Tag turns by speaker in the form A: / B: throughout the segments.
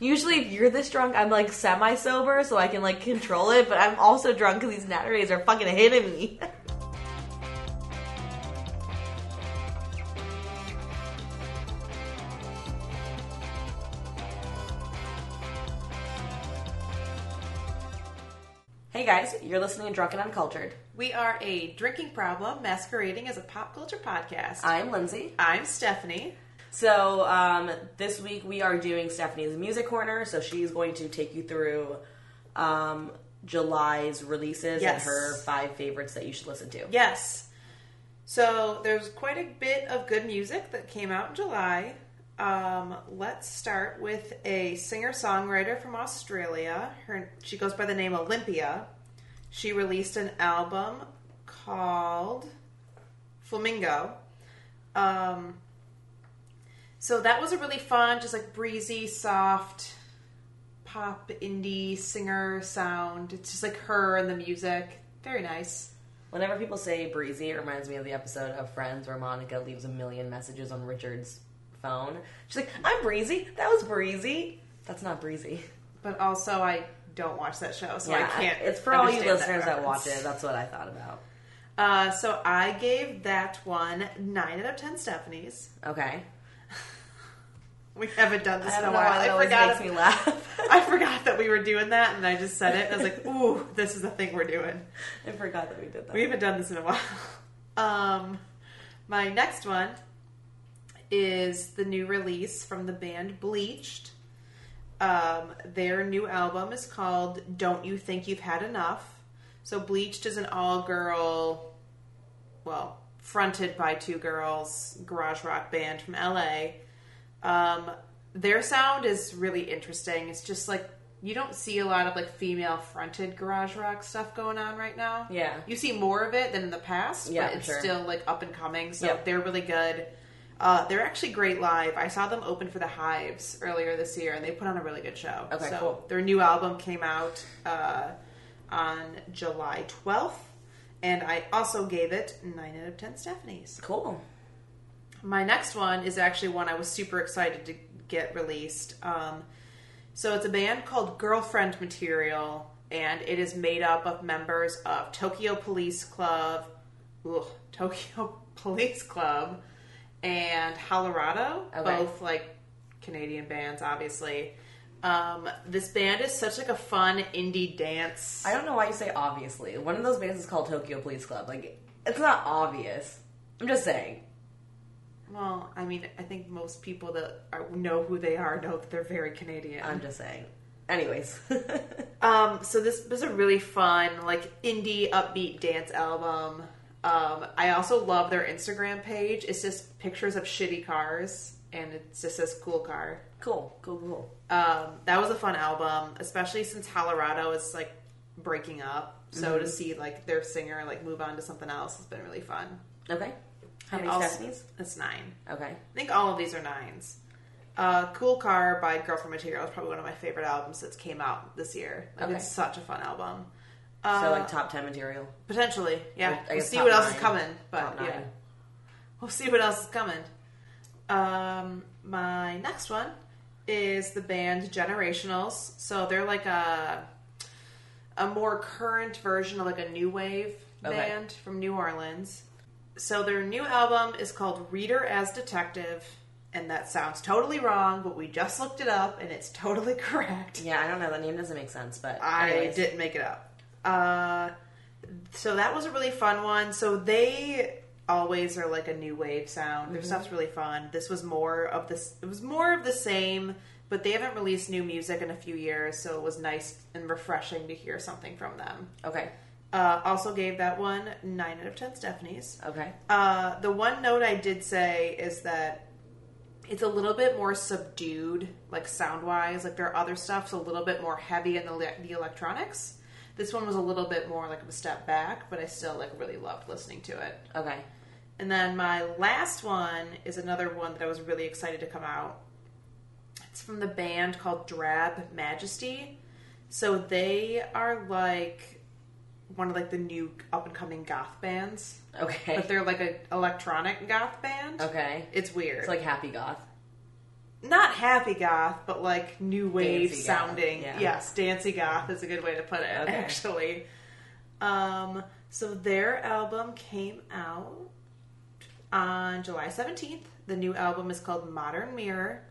A: Usually, if you're this drunk, I'm like semi sober, so I can like control it. But I'm also drunk because these Natarades are fucking hitting me. hey guys, you're listening to Drunken Uncultured.
B: We are a drinking problem masquerading as a pop culture podcast.
A: I'm Lindsay.
B: I'm Stephanie.
A: So um, this week we are doing Stephanie's music corner. So she's going to take you through um, July's releases and
B: Yes.
A: her five favorites that you should listen to.
B: Yes. So there's quite a bit of good music that came out in July. Um, let's start with a singer songwriter from Australia. Her she goes by the name Olympia. She released an album called Flamingo. Um, so that was a really fun, just like breezy, soft pop indie singer sound. It's just like her and the music. Very nice.
A: Whenever people say breezy, it reminds me of the episode of Friends where Monica leaves a million messages on Richard's phone. She's like, "I'm breezy. That was breezy. That's not breezy."
B: But also, I don't watch that show, so I can't.
A: It's for all you
B: understand
A: listeners that, watch
B: reference.
A: it. That's what I thought about.
B: Uh, so I gave that one nine out of ten Stephanies.
A: Okay.
B: We haven't done this
A: I
B: in a
A: don't know
B: while.
A: why that
B: I
A: always
B: forgot.
A: makes me laugh.
B: I forgot that we were doing that, and I just said it. And I was like, "Ooh, this is the thing we're doing."
A: I forgot that we did that.
B: We haven't done this in a while. Um, my next one is the new release from the band Bleached. Um, their new album is called Don't You Think You've Had Enough? So, Bleached is an all girl, well, fronted by two girls, garage rock band from LA. Um, their sound is really interesting. It's just like you don't see a lot of like female fronted garage rock stuff going on right now.
A: Yeah.
B: You see more of it than in the past,
A: Yeah,
B: but it's
A: sure.
B: still like up and coming. So
A: Yep.
B: they're really good. Uh, they're actually great live. I saw them open for the Hives earlier this year, and they put on a really good show.
A: Okay,
B: so
A: cool.
B: Their new album came out uh, on July 12th, and I also gave it nine out of ten Stephanies.
A: Cool.
B: My next one is actually one I was super excited to get released. Um, so it's a band called Girlfriend Material, and it is made up of members of Tokyo Police Club, ugh, Tokyo Police Club, and Colorado,
A: Okay.
B: both like Canadian bands, obviously. Um, this band is such like a fun indie dance.
A: I don't know why you say obviously. One of those bands is called Tokyo Police Club. Like, it's not obvious. I'm just saying.
B: well, I mean, I think most people that are, know who they are know that they're very Canadian.
A: I'm just saying. Anyways.
B: Um, so this was a really fun, like indie upbeat dance album. Um, I also love their Instagram page. It's just pictures of shitty cars, and it just says "cool car."
A: cool, cool, cool.
B: Um, that was a fun album, especially since Colorado is like breaking up. So
A: Mm-hmm.
B: to see like their singer like move on to something else has been really fun.
A: Okay. How many
B: And also-
A: Stephanies?
B: That's nine.
A: Okay.
B: I think all of these are nines. Uh, cool Car by Girlfriend Material is probably one of my favorite albums that's came out this year. Like,
A: Okay.
B: It's such a fun album. Uh,
A: so, like, top 10 material.
B: Potentially,
A: I
B: yeah. We'll
A: guess
B: see
A: top
B: what else is
A: nine.
B: coming, but
A: Top nine.
B: yeah, we'll see what else is coming. Um, my next one is the band Generationals. So they're like a a more current version of like a new wave
A: Okay.
B: band from New Orleans. So their new album is called Reader as Detective, and that sounds totally wrong, but we just looked it up and it's totally correct.
A: Yeah, I don't know. That name doesn't make sense, but.
B: I
A: anyways.
B: didn't make it up. Uh, so that was a really fun one. So they always are like a new wave sound. Their stuff's really fun. This was more of this. It was more of the same, but they haven't released new music in a few years, so it was nice and refreshing to hear something from them.
A: Okay.
B: Uh, also gave that one nine out of ten Stephanies.
A: Okay.
B: Uh, the one note I did say is that it's a little bit more subdued, like sound wise. Like their other stuff's a little bit more heavy in the, le- the electronics. This one was a little bit more like a step back, but I still like really loved listening to it.
A: Okay.
B: And then my last one is another one that I was really excited to come out. It's from the band called Drab Majesty. So they are like one of like the new up and coming goth bands
A: Okay.
B: but they're like a electronic goth band.
A: Okay.
B: It's weird.
A: It's like Happy Goth.
B: not happy goth, but like new wave
A: Dancey goth,
B: sounding.
A: yeah.
B: Yes, dancy goth is a good way to put it,
A: Okay.
B: actually. Um, so their album came out on July 17th. The new album is called Modern Mirror.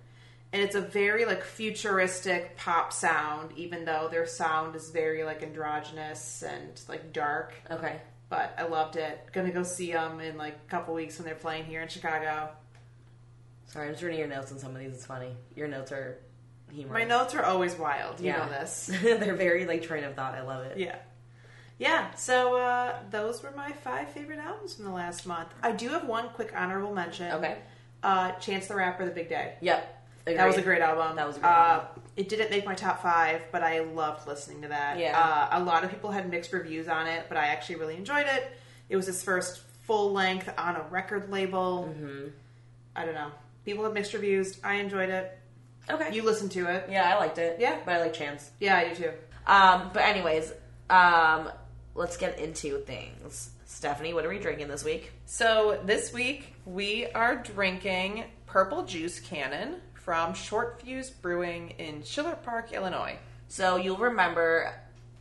B: And it's a very like futuristic pop sound, even though their sound is very like androgynous and like dark.
A: Okay.
B: But I loved it. Gonna go see them in like a couple weeks when they're playing here in Chicago.
A: Sorry, I'm just reading your notes on some of these. It's funny. Your notes are humorous.
B: My notes are always wild. You
A: Yeah.
B: know this.
A: They're very like train of thought. I love it.
B: Yeah. Yeah, so uh, those were my five favorite albums from the last month. I do have one quick honorable mention.
A: Okay.
B: Uh, Chance the Rapper, The Big Day.
A: Yep.
B: That was a
A: Agreed.
B: great album.
A: That was a great
B: uh,
A: album.
B: It didn't make my top five, but I loved listening to that.
A: Yeah.
B: Uh, a lot of people had mixed reviews on it, but I actually really enjoyed it. It was his first full length on a record label. I don't know. People had mixed reviews. I enjoyed it.
A: Okay.
B: You listened to it.
A: yeah, I liked it.
B: Yeah.
A: But I like Chance.
B: Yeah, I do too.
A: Um, but anyways, um, let's get into things. Stephanie, what are we drinking this week?
B: So this week we are drinking Purple Juice Cannon from Short Fuse Brewing in Schiller Park, Illinois,
A: So you'll remember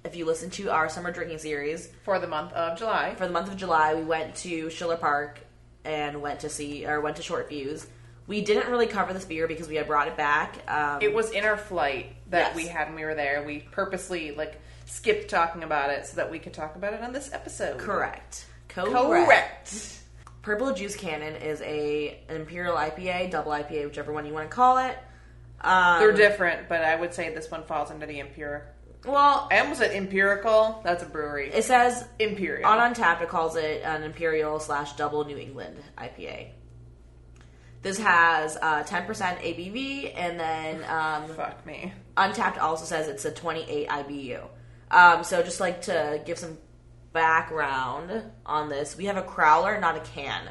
A: if you listen to our summer drinking series
B: for the month of July.
A: for the month of July, we went to Schiller Park and went to see or went to Short Views. We didn't really cover this beer because we had brought it back. Um,
C: It was in our flight that
A: Yes.
C: we had when we were there. We purposely like skipped talking about it so that we could talk about it on this episode.
A: correct. Correct.
C: Correct.
A: Purple Juice Cannon is a an imperial IPA, double IPA, whichever one you want to call it. Um,
C: They're different, but I would say this one falls under the empirical.
A: well,
C: I almost said empirical. That's a brewery.
A: it says
C: Imperial.
A: On Untapped, it calls it an Imperial slash Double New England IPA. This has uh, 10% ABV, and then um,
C: Fuck me.
A: Untapped also says it's a 28 IBU. Um, so just like to give some background on this, we have a crowler, not a can.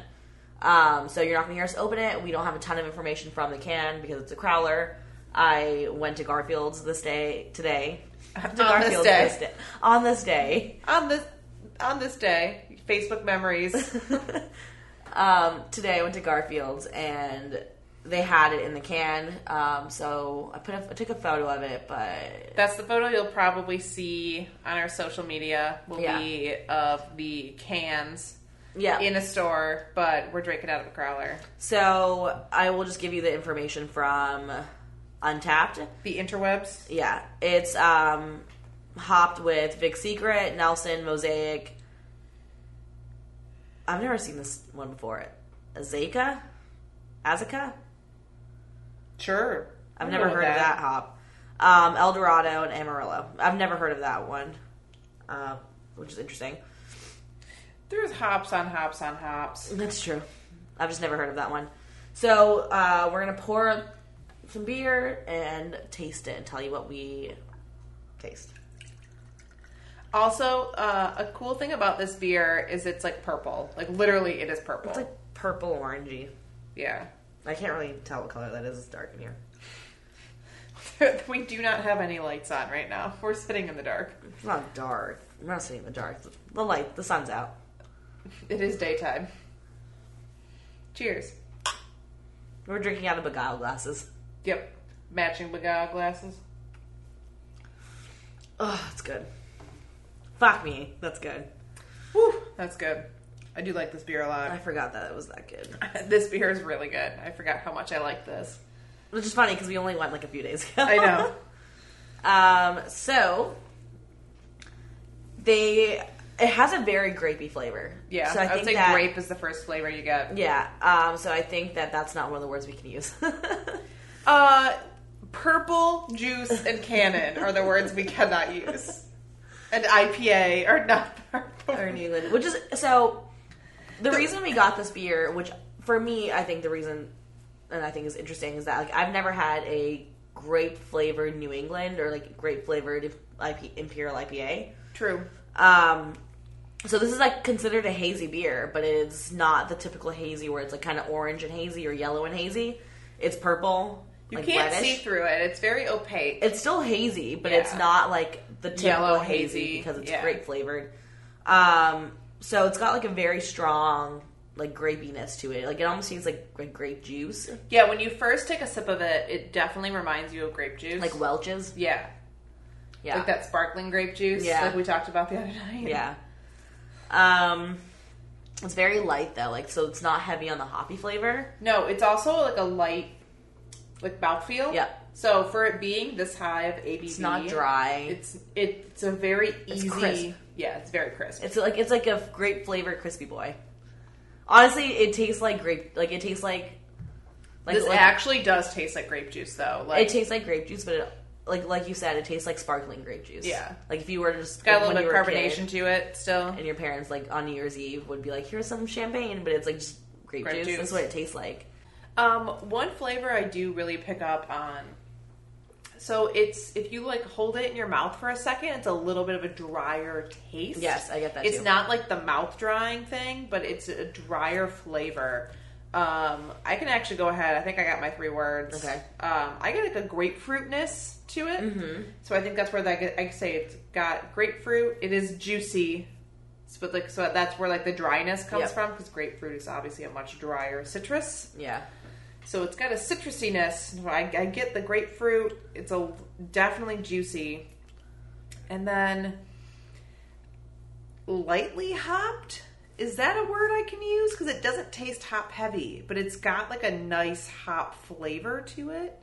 A: Um, so you're not going to hear us open it. We don't have a ton of information from the can because it's a crowler. I went to Garfield's this day today. To
C: this day.
A: On this day.
C: On this on this day, Facebook memories.
A: um, today I went to Garfield's and they had it in the can. Um, so I put a, I took a photo of it, but
C: That's the photo you'll probably see on our social media. Will
A: Yeah.
C: be of the cans
A: yeah.
C: in a store, but we're drinking out of a crowler.
A: so I will just give you the information from Untapped.
C: The interwebs.
A: Yeah, it's um, hopped with Vic Secret, Nelson, Mosaic. I've never seen this one before. Azeka, Azeka.
C: Sure.
A: I've
C: I'm
A: never
C: cool
A: heard
C: with
A: of that hop. Um, El Dorado and Amarillo. I've never heard of that one, uh, which is interesting.
C: There's hops on hops on hops.
A: That's true. I've just never heard of that one. So uh, we're gonna pour some beer and taste it and tell you what we taste.
C: Also, uh, a cool thing about this beer is it's like purple. Like literally, it is purple.
A: It's like purple orangey.
C: yeah.
A: I can't really tell what color that is. It's dark in here.
C: we do not have any lights on right now. We're sitting in the dark.
A: It's not dark. I'm not sitting in the dark. The light, the sun's out.
C: It is daytime. Cheers.
A: We're drinking out of beguile glasses.
C: Yep. Matching beguile glasses.
A: Oh, it's good. Fuck me, that's good.
C: Whew, that's good. I do like this beer a lot.
A: I forgot that it was that good.
C: this beer is really good. I forgot how much I like this.
A: Which is funny because we only went like a few days ago.
C: I know.
A: um, so they it has a very grapey flavor.
C: Yeah,
A: So
C: I,
A: I, think
C: would say
A: that,
C: grape is the first flavor you get.
A: Yeah. Um, so I think that that's not one of the words we can use.
C: Uh, purple juice and cannon are the words we cannot use. And IPA are not purple.
A: or New England, which is so. The reason we got this beer, which for me, I think the reason, and I think is interesting, is that like I've never had a grape flavored New England or like grape flavored IP, imperial IPA.
C: True.
A: Um, so this is like considered a hazy beer, but it's not the typical hazy where it's like kind of orange and hazy or yellow and hazy. It's purple.
C: You
A: like
C: can't
A: reddish.
C: see through it. It's very opaque.
A: It's still hazy, but it's
C: Yeah.
A: not like the typical
C: Yellow
A: hazy,
C: hazy,
A: because it's
C: yeah.
A: grape flavored. Um, so it's got like a very strong like grapeiness to it. Like it almost seems like, like grape juice,
B: Yeah, when you first take a sip of it, it definitely reminds you of grape juice.
A: like Welch's.
B: yeah,
A: Yeah,
B: like that sparkling grape juice,
A: Yeah.
B: like we talked about the other night.
A: yeah. Um, it's very light though, like so it's not heavy on the hoppy flavor.
B: No, it's also like a light, like mouthfeel.
A: Yep.
B: So for it being this high of ABV,
A: It's not dry.
B: It's it's a very
A: It's
B: easy.
A: crisp.
B: Yeah, it's very crisp.
A: It's like it's like a grape flavored crispy boy. Honestly, it tastes like grape. Like it tastes like like,
B: this
A: like-
B: actually does taste like grape juice, though. Like
A: it tastes like grape juice, but it, like like you said, it tastes like sparkling grape juice.
B: Yeah.
A: like if you were to just
B: it's got a
A: like, when
B: little bit of
A: you were a kid
B: carbonation to it still.
A: and your parents like on New Year's Eve would be like, "Here's some champagne," but it's like just grape,
B: Grape
A: juice.
B: juice.
A: That's what it tastes like.
B: Um, one flavor I do really pick up on. So it's if you like hold it in your mouth for a second, it's a little bit of a drier taste.
A: Yes, I get that.
B: it's
A: too.
B: not like the mouth drying thing, but it's a drier flavor. Um, I can actually go ahead. I think I got my three words.
A: Okay.
B: Um, I get like a grapefruitness to it,
A: Mhm.
B: so I think that's where that get, I say it's got grapefruit. It is juicy, so, but like so that's where like the dryness comes
A: Yep.
B: from because grapefruit is obviously a much drier citrus.
A: Yeah,
B: So it's got a citrusiness. I, I get the grapefruit. It's a definitely juicy, and then lightly hopped. Is that a word I can use? Because it doesn't taste hop heavy, but it's got like a nice hop flavor to it.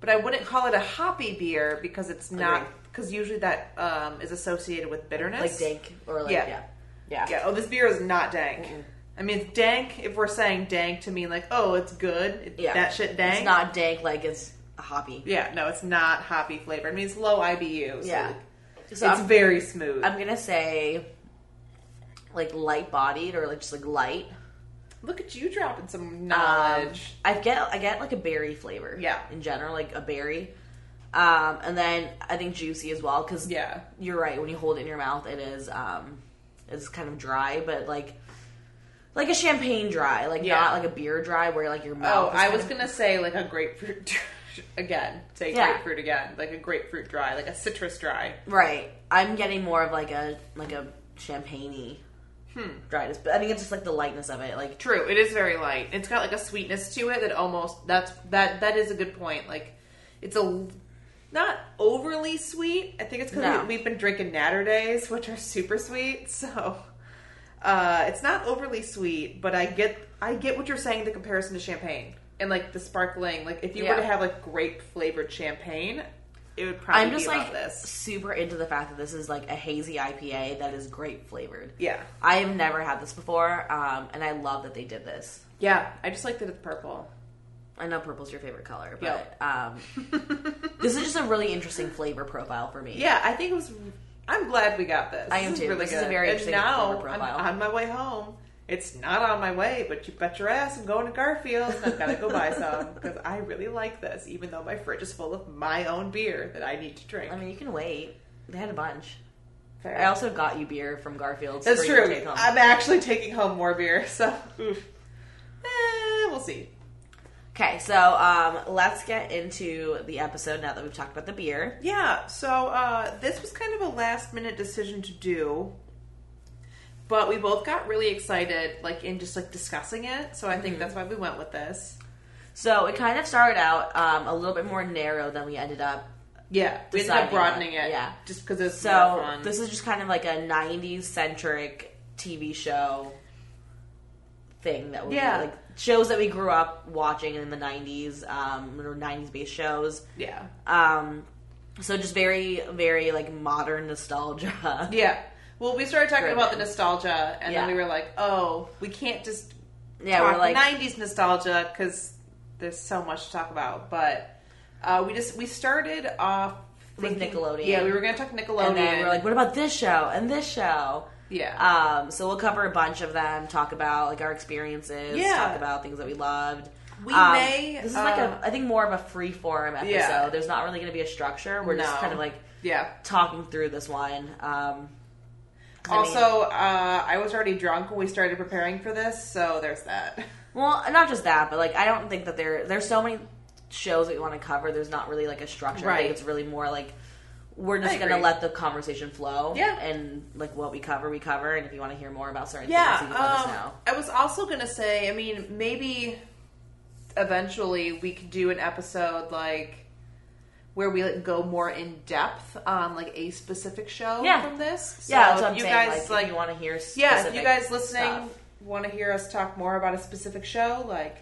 B: But I wouldn't call it a hoppy beer because it's not.
A: Agreed.
B: Because usually that um, is associated with bitterness.
A: like dank or like
B: Yeah.
A: yeah,
B: Yeah. Oh, this beer is not dank. I mean, it's dank if we're saying dank to mean like, oh, it's good. It-
A: Yeah.
B: That shit dank.
A: It's not dank like it's hoppy.
B: Yeah, no, it's not hoppy flavored. I mean, it's low IBU. So
A: Yeah. So
B: it's
A: I'm,
B: very smooth.
A: I'm gonna say like light bodied or like just like light.
B: Look at you dropping some
A: Um,
B: knowledge.
A: I get I get like a berry flavor.
B: Yeah.
A: in general, like a berry. Um, and then I think juicy as well because
B: Um, yeah,
A: you're right. When you hold it in your mouth, it is um, it's kind of dry, but like like a champagne dry, like
B: Yeah.
A: not like a beer dry where like your
B: Oh,
A: mouth. is
B: I
A: kind
B: was
A: of-
B: gonna say like a grapefruit again. Say
A: Yeah.
B: grapefruit again, like a grapefruit dry, like a citrus dry.
A: right. I'm getting more of like a like a champagne
B: Hmm.
A: dryness, but I think it's just like the lightness of it. Like
B: True, it is very light. It's got like a sweetness to it that almost that's that that is a good point. Like it's a l- not overly sweet. I think it's because
A: No.
B: we, we've been drinking Natter days, which are super sweet. So uh, it's not overly sweet, but I get I get what you're saying. The comparison to champagne and like the sparkling. Like if you were
A: Yeah.
B: to have like grape flavored champagne, it would probably
A: I'm just
B: be
A: like
B: about this.
A: super into the fact that this is like a hazy IPA that is grape flavored.
B: Yeah,
A: I have never had this before, um, and I love that they did this.
B: yeah. I just like that it's purple.
A: I know purple's your favorite color, but
B: Yep.
A: um, this is just a really interesting flavor profile for me.
B: Yeah, I think it was. I'm glad we got this.
A: I am
B: This
A: too.
B: Is really
A: This
B: good.
A: is a very
B: and
A: interesting
B: now
A: flavor
B: I'm
A: profile.
B: on my way home. It's not on my way, but you bet your ass I'm going to Garfield's and I've got to go buy some because I really like this, even though my fridge is full of my own beer that I need to drink.
A: I mean, you can wait. They had a bunch.
B: Fair.
A: I also got you beer from Garfield's.
B: That's
A: for you to
B: true.
A: take home.
B: I'm actually taking home more beer, so oof. Eh, we'll see.
A: Okay, so um, let's get into the episode now that we've talked about the beer.
B: Yeah, so uh, this was kind of a last minute decision to do, but we both got really excited, like in just like discussing it. So I
A: Mm-hmm.
B: think that's why we went with this.
A: So it kind of started out um, a little bit more narrow than we ended up.
B: Yeah, we ended up
A: Deciding
B: broadening
A: it,
B: it.
A: yeah.
B: just because it's more
A: So
B: fun.
A: this is just kind of like a '90s centric TV show thing that we
B: Yeah.
A: like shows that we grew up watching in the '90s um, or '90s based shows.
B: yeah,
A: Um, so just very, very like modern nostalgia.
B: yeah. Well, we started talking
A: Driven.
B: about the nostalgia, and
A: Yeah.
B: then we were like, "Oh, we can't just
A: Yeah,
B: talk
A: we're like,
B: '90s nostalgia because there's so much to talk about." But uh, we just we started off
A: With Nickelodeon.
B: Yeah, we were going to talk Nickelodeon.
A: and then we're like, what about this show and this show?
B: yeah,
A: Um, so we'll cover a bunch of them, talk about like our experiences,
B: Yeah.
A: talk about things that we loved.
B: We
A: Um,
B: may.
A: This is like
B: uh,
A: a, I think more of a free form episode.
B: Yeah.
A: There's not really going to be a structure. We're just
B: No.
A: kind of like
B: yeah.
A: talking through this one. Um, 'cause I
B: Also,
A: mean-
B: uh, I was already drunk when we started preparing for this, so there's that.
A: well, not just that, but like I don't think that there there's so many shows that we want to cover. There's not really like a structure. I
B: Right.
A: think it's really more like we're just
B: I
A: gonna
B: agree.
A: let the conversation flow.
B: Yeah.
A: And like what we cover, we cover. And if you want to hear more about certain
B: Yeah,
A: things, you can let us
B: um,
A: know.
B: I was also gonna say. I mean, maybe eventually we could do an episode like where we like go more in depth on like a specific show
A: Yeah.
B: from this.
A: yeah, that's what
B: So if
A: I'm
B: you
A: saying.
B: guys
A: like, if
B: like,
A: you want to hear,
B: yeah, if you
A: specific
B: guys listening
A: stuff.
B: want to hear us talk more about a specific show, like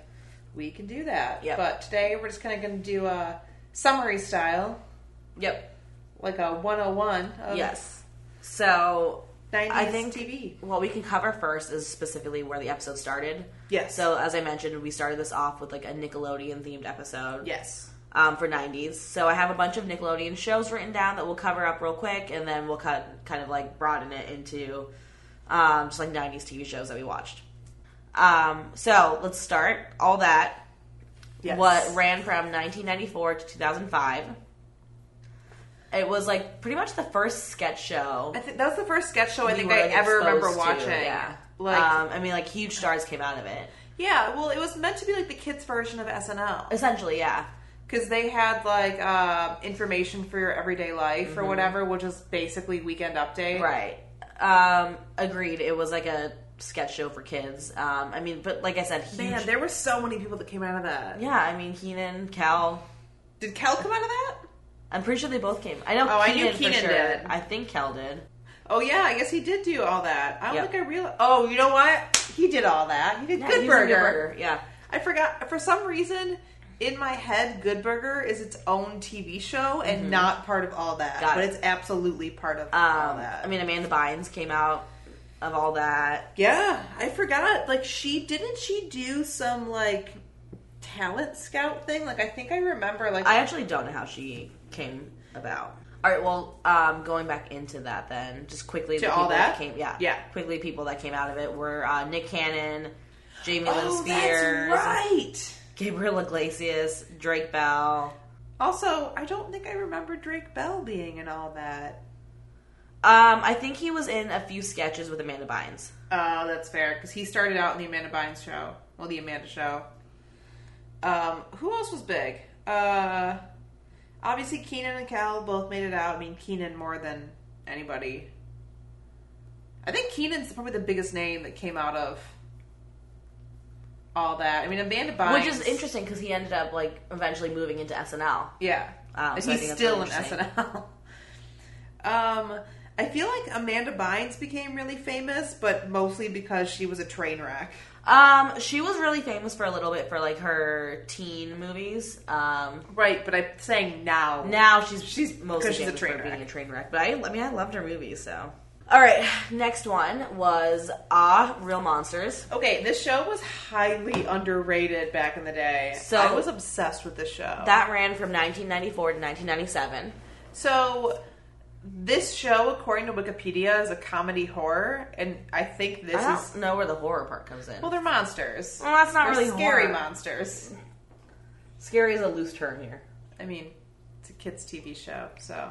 B: we can do that.
A: Yep.
B: But today we're just kind of gonna do a summary style,
A: Yep.
B: like a 101 of
A: yes. So
B: 90s
A: I think
B: TV.
A: what we can cover first is specifically where the episode started.
B: Yes.
A: So as I mentioned, we started this off with like a Nickelodeon themed episode.
B: yes.
A: um, for 90s. So I have a bunch of Nickelodeon shows written down that we'll cover up real quick, and then we'll cut, kind of like broaden it into um, just like 90s TV shows that we watched. Um, so let's start all that.
B: Yes.
A: What ran from 1994 to 2005. It was like pretty much the first sketch show
B: I think that was the first sketch show I
A: we
B: think
A: were,
B: I
A: like,
B: ever remember
A: exposed
B: watching.
A: To, yeah.
B: Like
A: um, I mean, like huge stars came out of it.
B: yeah, well it was meant to be like the kids version of SNL
A: Essentially, yeah.
B: cuz they had like uh, information for your everyday life or whatever, which is basically weekend update.
A: Mm-hmm. Right. Um, agreed. It was like a sketch show for kids. Um, I mean, but like I said, huge.
B: Man, there were so many people that came out of that.
A: yeah, I mean, Keenan, Cal.
B: Did Cal come out of that?
A: I'm pretty sure they both came. I know.
B: Oh, I knew
A: for
B: Keenan
A: sure.
B: did.
A: I think Cal did.
B: Oh yeah, I guess he did do all that. I don't
A: Yep.
B: think I realized. Oh, you know what? He did all that. He did
A: Yeah, he
B: Good
A: was in
B: Burger.
A: Yeah.
B: I forgot for some reason in my head Good Burger is its own TV show and not part of all that,
A: Mm-hmm. Got
B: but
A: it.
B: it's absolutely part of all
A: Um,
B: that.
A: I mean, Amanda Bynes came out of all that.
B: yeah, I forgot. Like she didn't she do some like talent scout thing? Like I think I remember like
A: I actually don't know how she came about. All right, well, um, going back into that then, just quickly
B: To all that?
A: came, yeah,
B: Yeah.
A: quickly people that came out of it were uh, Nick Cannon, Jamie Lynn
B: Oh,
A: Spears,
B: that's right.
A: Gabriel Iglesias, Drake Bell.
B: Also, I don't think I remember Drake Bell being in all that.
A: Um, I think he was in a few sketches with Amanda Bynes.
B: Oh, that's fair because he started out in the Amanda Bynes show. Well, the Amanda show. Um, who else was big? Uh, obviously Keenan and Cal both made it out. I mean, Keenan more than anybody. I think Keenan's probably the biggest name that came out of all that. I mean, Amanda Bynes,
A: Which is interesting because he ended up like eventually moving into SNL.
B: Yeah,
A: Um,
B: and
A: so I think
B: he's
A: that's
B: still in
A: really interesting.
B: SNL. um, I feel like Amanda Bynes became really famous, but mostly because she was a train wreck.
A: Um, she was really famous for a little bit for like her teen movies. Um,
B: Right, but I'm saying now.
A: now she's
B: She's-
A: she's mostly
B: 'cause she's a
A: famous
B: train
A: for
B: wreck.
A: being a train wreck. But I, I mean, I loved her movies. So, all right, next one was Ah, Real Monsters.
B: Okay, this show was highly underrated back in the day.
A: So-
B: I was obsessed with this show.
A: That ran from 1994 to 1997.
B: so this show, according to Wikipedia, is a comedy horror, and I think this
A: I don't
B: is
A: know where the horror part comes in.
B: well, they're monsters.
A: Well, that's not
B: they're
A: really
B: scary
A: horror.
B: monsters.
A: Scary is a loose term here.
B: I mean, it's a kids' TV show, so.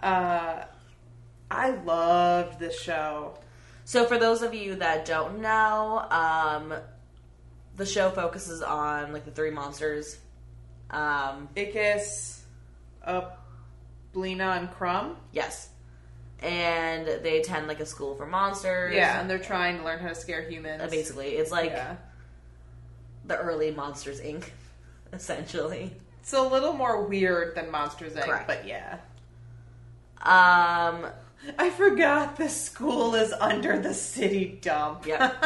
B: Uh, I loved this show.
A: So, for those of you that don't know, um, the show focuses on like the three monsters. Um,
B: Ickis, uh, Blina, and Crumb.
A: yes, and they attend like a school for monsters.
B: Yeah, and they're trying to learn how to scare humans.
A: Uh, basically, it's like
B: yeah.
A: the early Monsters Inc. Essentially,
B: It's a little more weird than Monsters Inc.
A: Correct.
B: But yeah,
A: um,
B: I forgot the school is under the city dump.
A: Yep.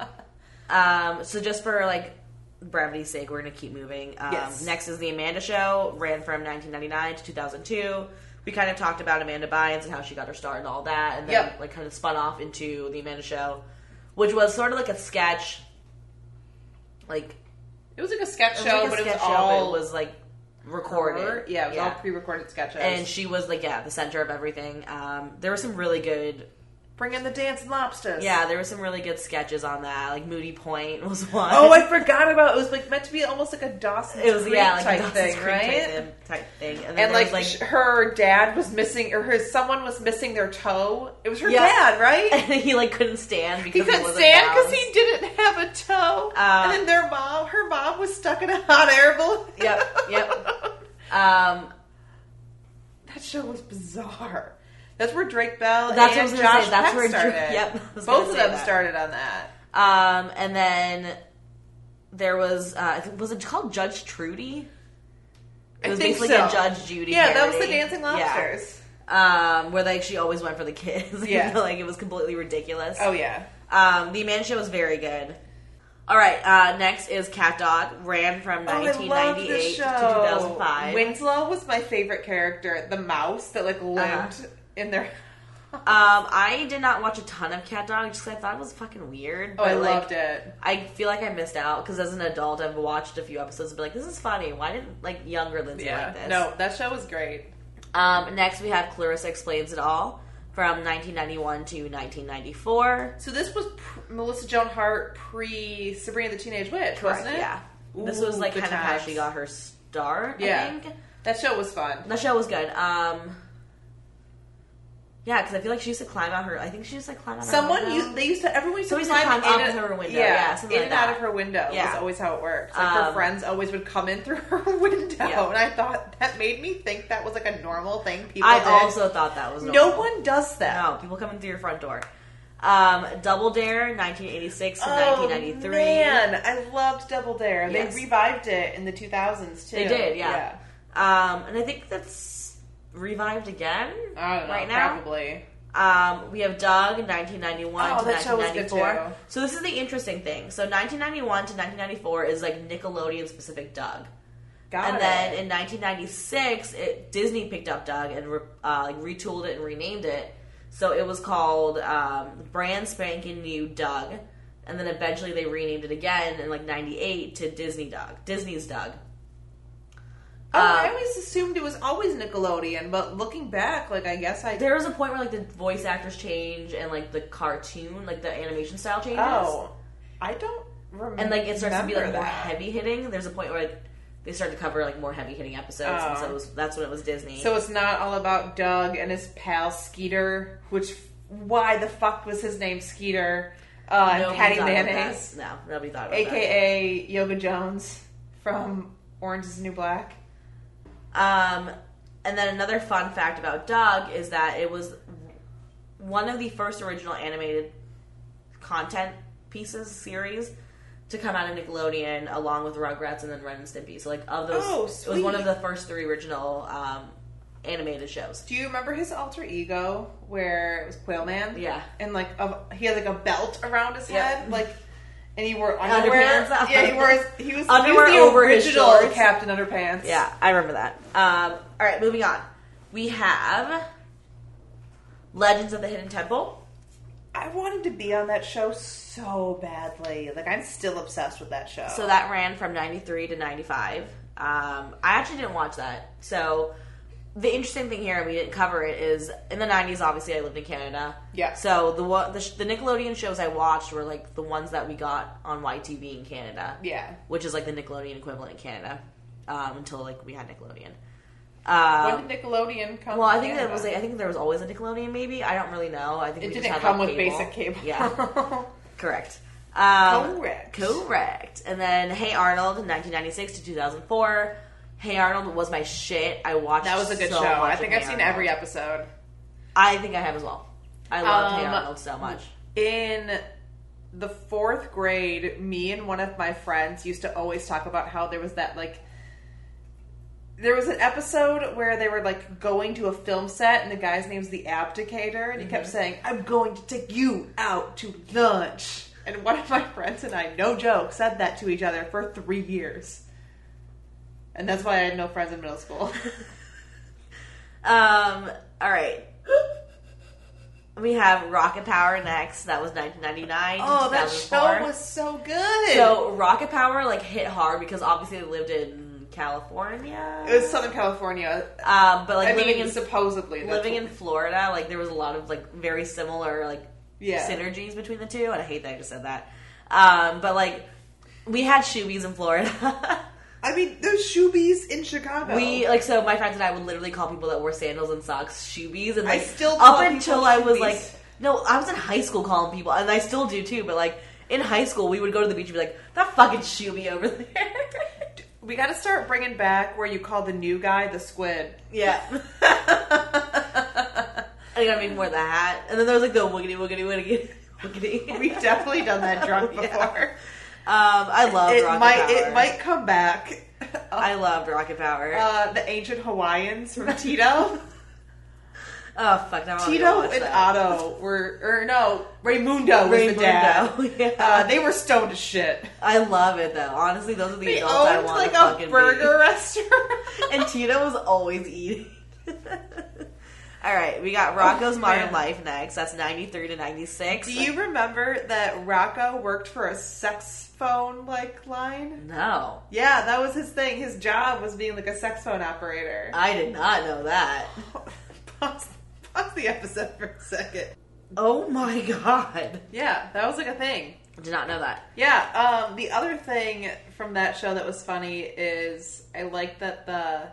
A: um, so just for like brevity's sake, we're gonna keep moving. Um,
B: Yes.
A: Next is the Amanda Show, ran from 1999 to 2002. We kind of talked about Amanda Bynes and how she got her start and all that, and then
B: Yep.
A: like kind of spun off into the Amanda Show, which was sort of like a sketch, like
B: it was like a sketch
A: it was
B: show,
A: like a
B: but it was
A: sketch show, but
B: all
A: it was like recorded.
B: horror. Yeah, it was all pre-recorded sketches.
A: and she was like yeah the center of everything. Um, there were some really good
B: Bring in the dancing lobsters.
A: Yeah, there were some really good sketches on that. Like Moody Point was one.
B: Oh, I forgot about it. was like meant to be almost like a Dawson's
A: it was
B: Creek
A: yeah, like
B: type
A: a Dawson's
B: thing,
A: Creek type,
B: right?
A: thing- type thing. And, then
B: And
A: there was,
B: like,
A: like
B: sh- her dad was missing, or her someone was missing their toe. It was her
A: Yeah.
B: dad, right?
A: he like couldn't stand because
B: He
A: he
B: couldn't
A: wasn't
B: stand because
A: balanced.
B: he didn't have a toe.
A: Uh,
B: and then their mom, her mom was stuck in a hot air balloon.
A: Yep, yep. Um,
B: That show was bizarre. That's where Drake Bell
A: That's what I
B: and
A: was gonna
B: Josh
A: say. That's
B: Peck
A: where Drake-
B: started.
A: yep, I was gonna
B: both of
A: say
B: them
A: that.
B: started on that.
A: Um, and then there was uh, I think- was it called Judge Trudy? It
B: I
A: was
B: think
A: basically
B: so.
A: a Judge Judy.
B: Yeah, that was the
A: parody.
B: Dancing
A: Yeah.
B: Lobsters.
A: Um, where like she always went for the kids.
B: Yeah.
A: like it was completely ridiculous.
B: Oh yeah,
A: Um, the Amanda Show was very good. All right, uh, next is Cat Dog. Ran from
B: Oh, I love this
A: 1998 to
B: show.
A: 2005.
B: Winslow was my favorite character, the mouse that like lived
A: Uh-huh.
B: in their.
A: um, I did not watch a ton of Cat Dog just 'cause I thought it was fucking weird.
B: Oh, I
A: like,
B: loved it.
A: I feel like I missed out because as an adult, I've watched a few episodes and been like, "This is funny. Why didn't like younger Lindsay
B: Yeah,
A: like this?"
B: no, that show was great.
A: Um, next, we have Clarissa explains it all from 1991 to 1994.
B: So this was pr- Melissa Joan Hart pre Sabrina the Teenage Witch, wasn't it?
A: Yeah. this was like kind of how she got her start.
B: Yeah.
A: I think
B: That show was fun.
A: the show was good. Um, yeah, because I feel like she used to climb out her. I think she used to like, climb out. her
B: Someone
A: window.
B: you they used to everyone used to
A: Someone used to
B: climb,
A: climb
B: in
A: up
B: and-
A: her window,
B: Yeah,
A: yeah, something
B: in
A: like
B: and out
A: that.
B: of her window.
A: Yeah.
B: was always how it worked. Like her
A: Um,
B: friends always would come in through her window,
A: Yeah.
B: and I thought that made me think that was like a normal thing people
A: I
B: did.
A: also thought that was
B: no
A: normal.
B: one does that.
A: No, people coming through your front door. Um, Double Dare, 1986 to
B: Oh,
A: 1993.
B: man, I loved Double Dare.
A: Yes.
B: They revived it in the 2000s too.
A: They did, yeah. Um, and I think that's revived again.
B: I don't know,
A: Right now?
B: probably.
A: Um, we have Doug, 1991
B: Oh,
A: to
B: that show was good
A: 1994.
B: too.
A: So this is the interesting thing. So 1991 to 1994 is like Nickelodeon specific Doug.
B: Got
A: and
B: it.
A: then in 1996, it, Disney picked up Doug and re, uh, like retooled it and renamed it. So it was called um, Brand Spanking New Doug. And then eventually they renamed it again in like 98 to Disney Doug. Disney's Doug.
B: Oh, I
A: Um,
B: always assumed it was always Nickelodeon, but looking back, like I guess I
A: There was a point where like the voice actors change and like the cartoon, like the animation style changes.
B: oh, I don't remember.
A: and like it starts to be like
B: remember
A: more
B: that.
A: heavy hitting. There's a point where like, they start to cover like more heavy hitting episodes, and
B: Oh.
A: so it was, that's when it was Disney.
B: So it's not all about Doug and his pal Skeeter, which why the fuck was his name Skeeter? Uh, and
A: Nobody
B: Patty
A: thought about
B: Mayonnaise,
A: that. No, nobody thought about that.
B: aka Yoga Jones from Orange Is the New Black.
A: Um, and then another fun fact about Doug is that it was one of the first original animated content pieces series to come out of Nickelodeon, along with Rugrats and then Ren and Stimpy. So, like, of those,
B: Oh,
A: it was one of
B: sweet.
A: the first three original um, animated shows.
B: Do you remember his alter ego where it was Quail Man?
A: Yeah.
B: And like a, he had like a belt around his
A: Yeah.
B: head, like and he wore
A: Underpants
B: underwear.
A: on.
B: Yeah, he wore his, he was
A: uh, Underwear
B: he was the
A: over his
B: original
A: shorts.
B: Captain Underpants.
A: Yeah, I remember that. Um, all right, moving on. We have Legends of the Hidden Temple.
B: I wanted to be on that show so badly. Like I'm still obsessed with that show.
A: So that ran from 93 to 95. Um, I actually didn't watch that. So the interesting thing here, and we didn't cover it, is in the 90s, obviously, I lived in Canada.
B: Yeah.
A: So the, wa- the, sh- the Nickelodeon shows I watched were like the ones that we got on YTV in Canada.
B: yeah.
A: Which is like the Nickelodeon equivalent in Canada um, until like we had Nickelodeon. Um,
B: when did Nickelodeon come?
A: Well, I
B: to
A: think that
B: Canada?
A: was. Like, I think there was always a Nickelodeon. Maybe I don't really know. I think
B: it
A: we
B: didn't
A: just had,
B: come
A: like,
B: with
A: cable.
B: basic cable.
A: Yeah, correct. Um,
B: Correct.
A: Correct. And then Hey Arnold, 1996 to 2004. Hey Arnold was my shit. I watched.
B: that was a good
A: so
B: show.
A: much
B: I
A: of
B: think
A: Hey
B: I've seen
A: Arnold.
B: every episode.
A: I think I have as well. I love Hey
B: Um,
A: Arnold so much.
B: in the fourth grade, me and one of my friends used to always talk about how there was that like there was an episode where they were like going to a film set and the guy's name's the abdicator and he
A: Mm-hmm.
B: kept saying, I'm going to take you out to lunch. And one of my friends and I, no joke, said that to each other for three years. And that's why I had no friends in middle school.
A: Um. All right. We have Rocket Power next. That was 1999. to
B: oh, that
A: 2004.
B: show was so good.
A: So Rocket Power like hit hard because obviously they lived in California.
B: it was Southern California.
A: um, but like
B: I
A: living
B: mean,
A: in
B: supposedly that's
A: living
B: what-
A: in Florida, like there was a lot of like very similar like
B: yeah.
A: synergies between the two. And I hate that I just said that. Um, but like we had shoebies in Florida.
B: I mean, there's shoebies in Chicago.
A: We like so my friends and I would literally call people that wore sandals and socks shoebies and
B: I
A: like
B: still call
A: up until
B: people
A: I was
B: shoebies.
A: like no I was in high school calling people and I still do too but like in hie school we would go to the beach and be like that fucking shoebie over there
B: we got to start bringing back where you call the new guy the squid.
A: yeah I gotta make more of the hat. And then there was like the wiggity wiggity wiggity wiggity.
B: We've definitely done that drunk before.
A: Yeah. Um, I loved
B: It
A: Rocket
B: might
A: Power.
B: it might come back.
A: I loved Rocket Power.
B: Uh, the ancient Hawaiians from Tito.
A: oh fuck! Now I wanna go
B: Tito
A: watch
B: and
A: that.
B: Otto were, or no, Raymundo was the dad.
A: Raymundo, yeah.
B: Uh, they were stoned as shit.
A: I love it though. Honestly, those are the
B: They
A: adults I
B: owned
A: want
B: like
A: to
B: a
A: fucking
B: burger
A: be.
B: restaurant.
A: And Tito was always eating. All right, we got Rocco's
B: Oh,
A: Modern
B: man.
A: Life next. That's ninety three to ninety six.
B: Do you remember that Rocco worked for a sex phone like line?
A: No,
B: Yeah, that was his thing. His job was being like a sex phone operator.
A: I did not know that.
B: Uh, pause, pause the episode for a second.
A: Oh my god,
B: Yeah, that was like a thing.
A: did not know that.
B: Yeah, um, the other thing from that show that was funny is I like that the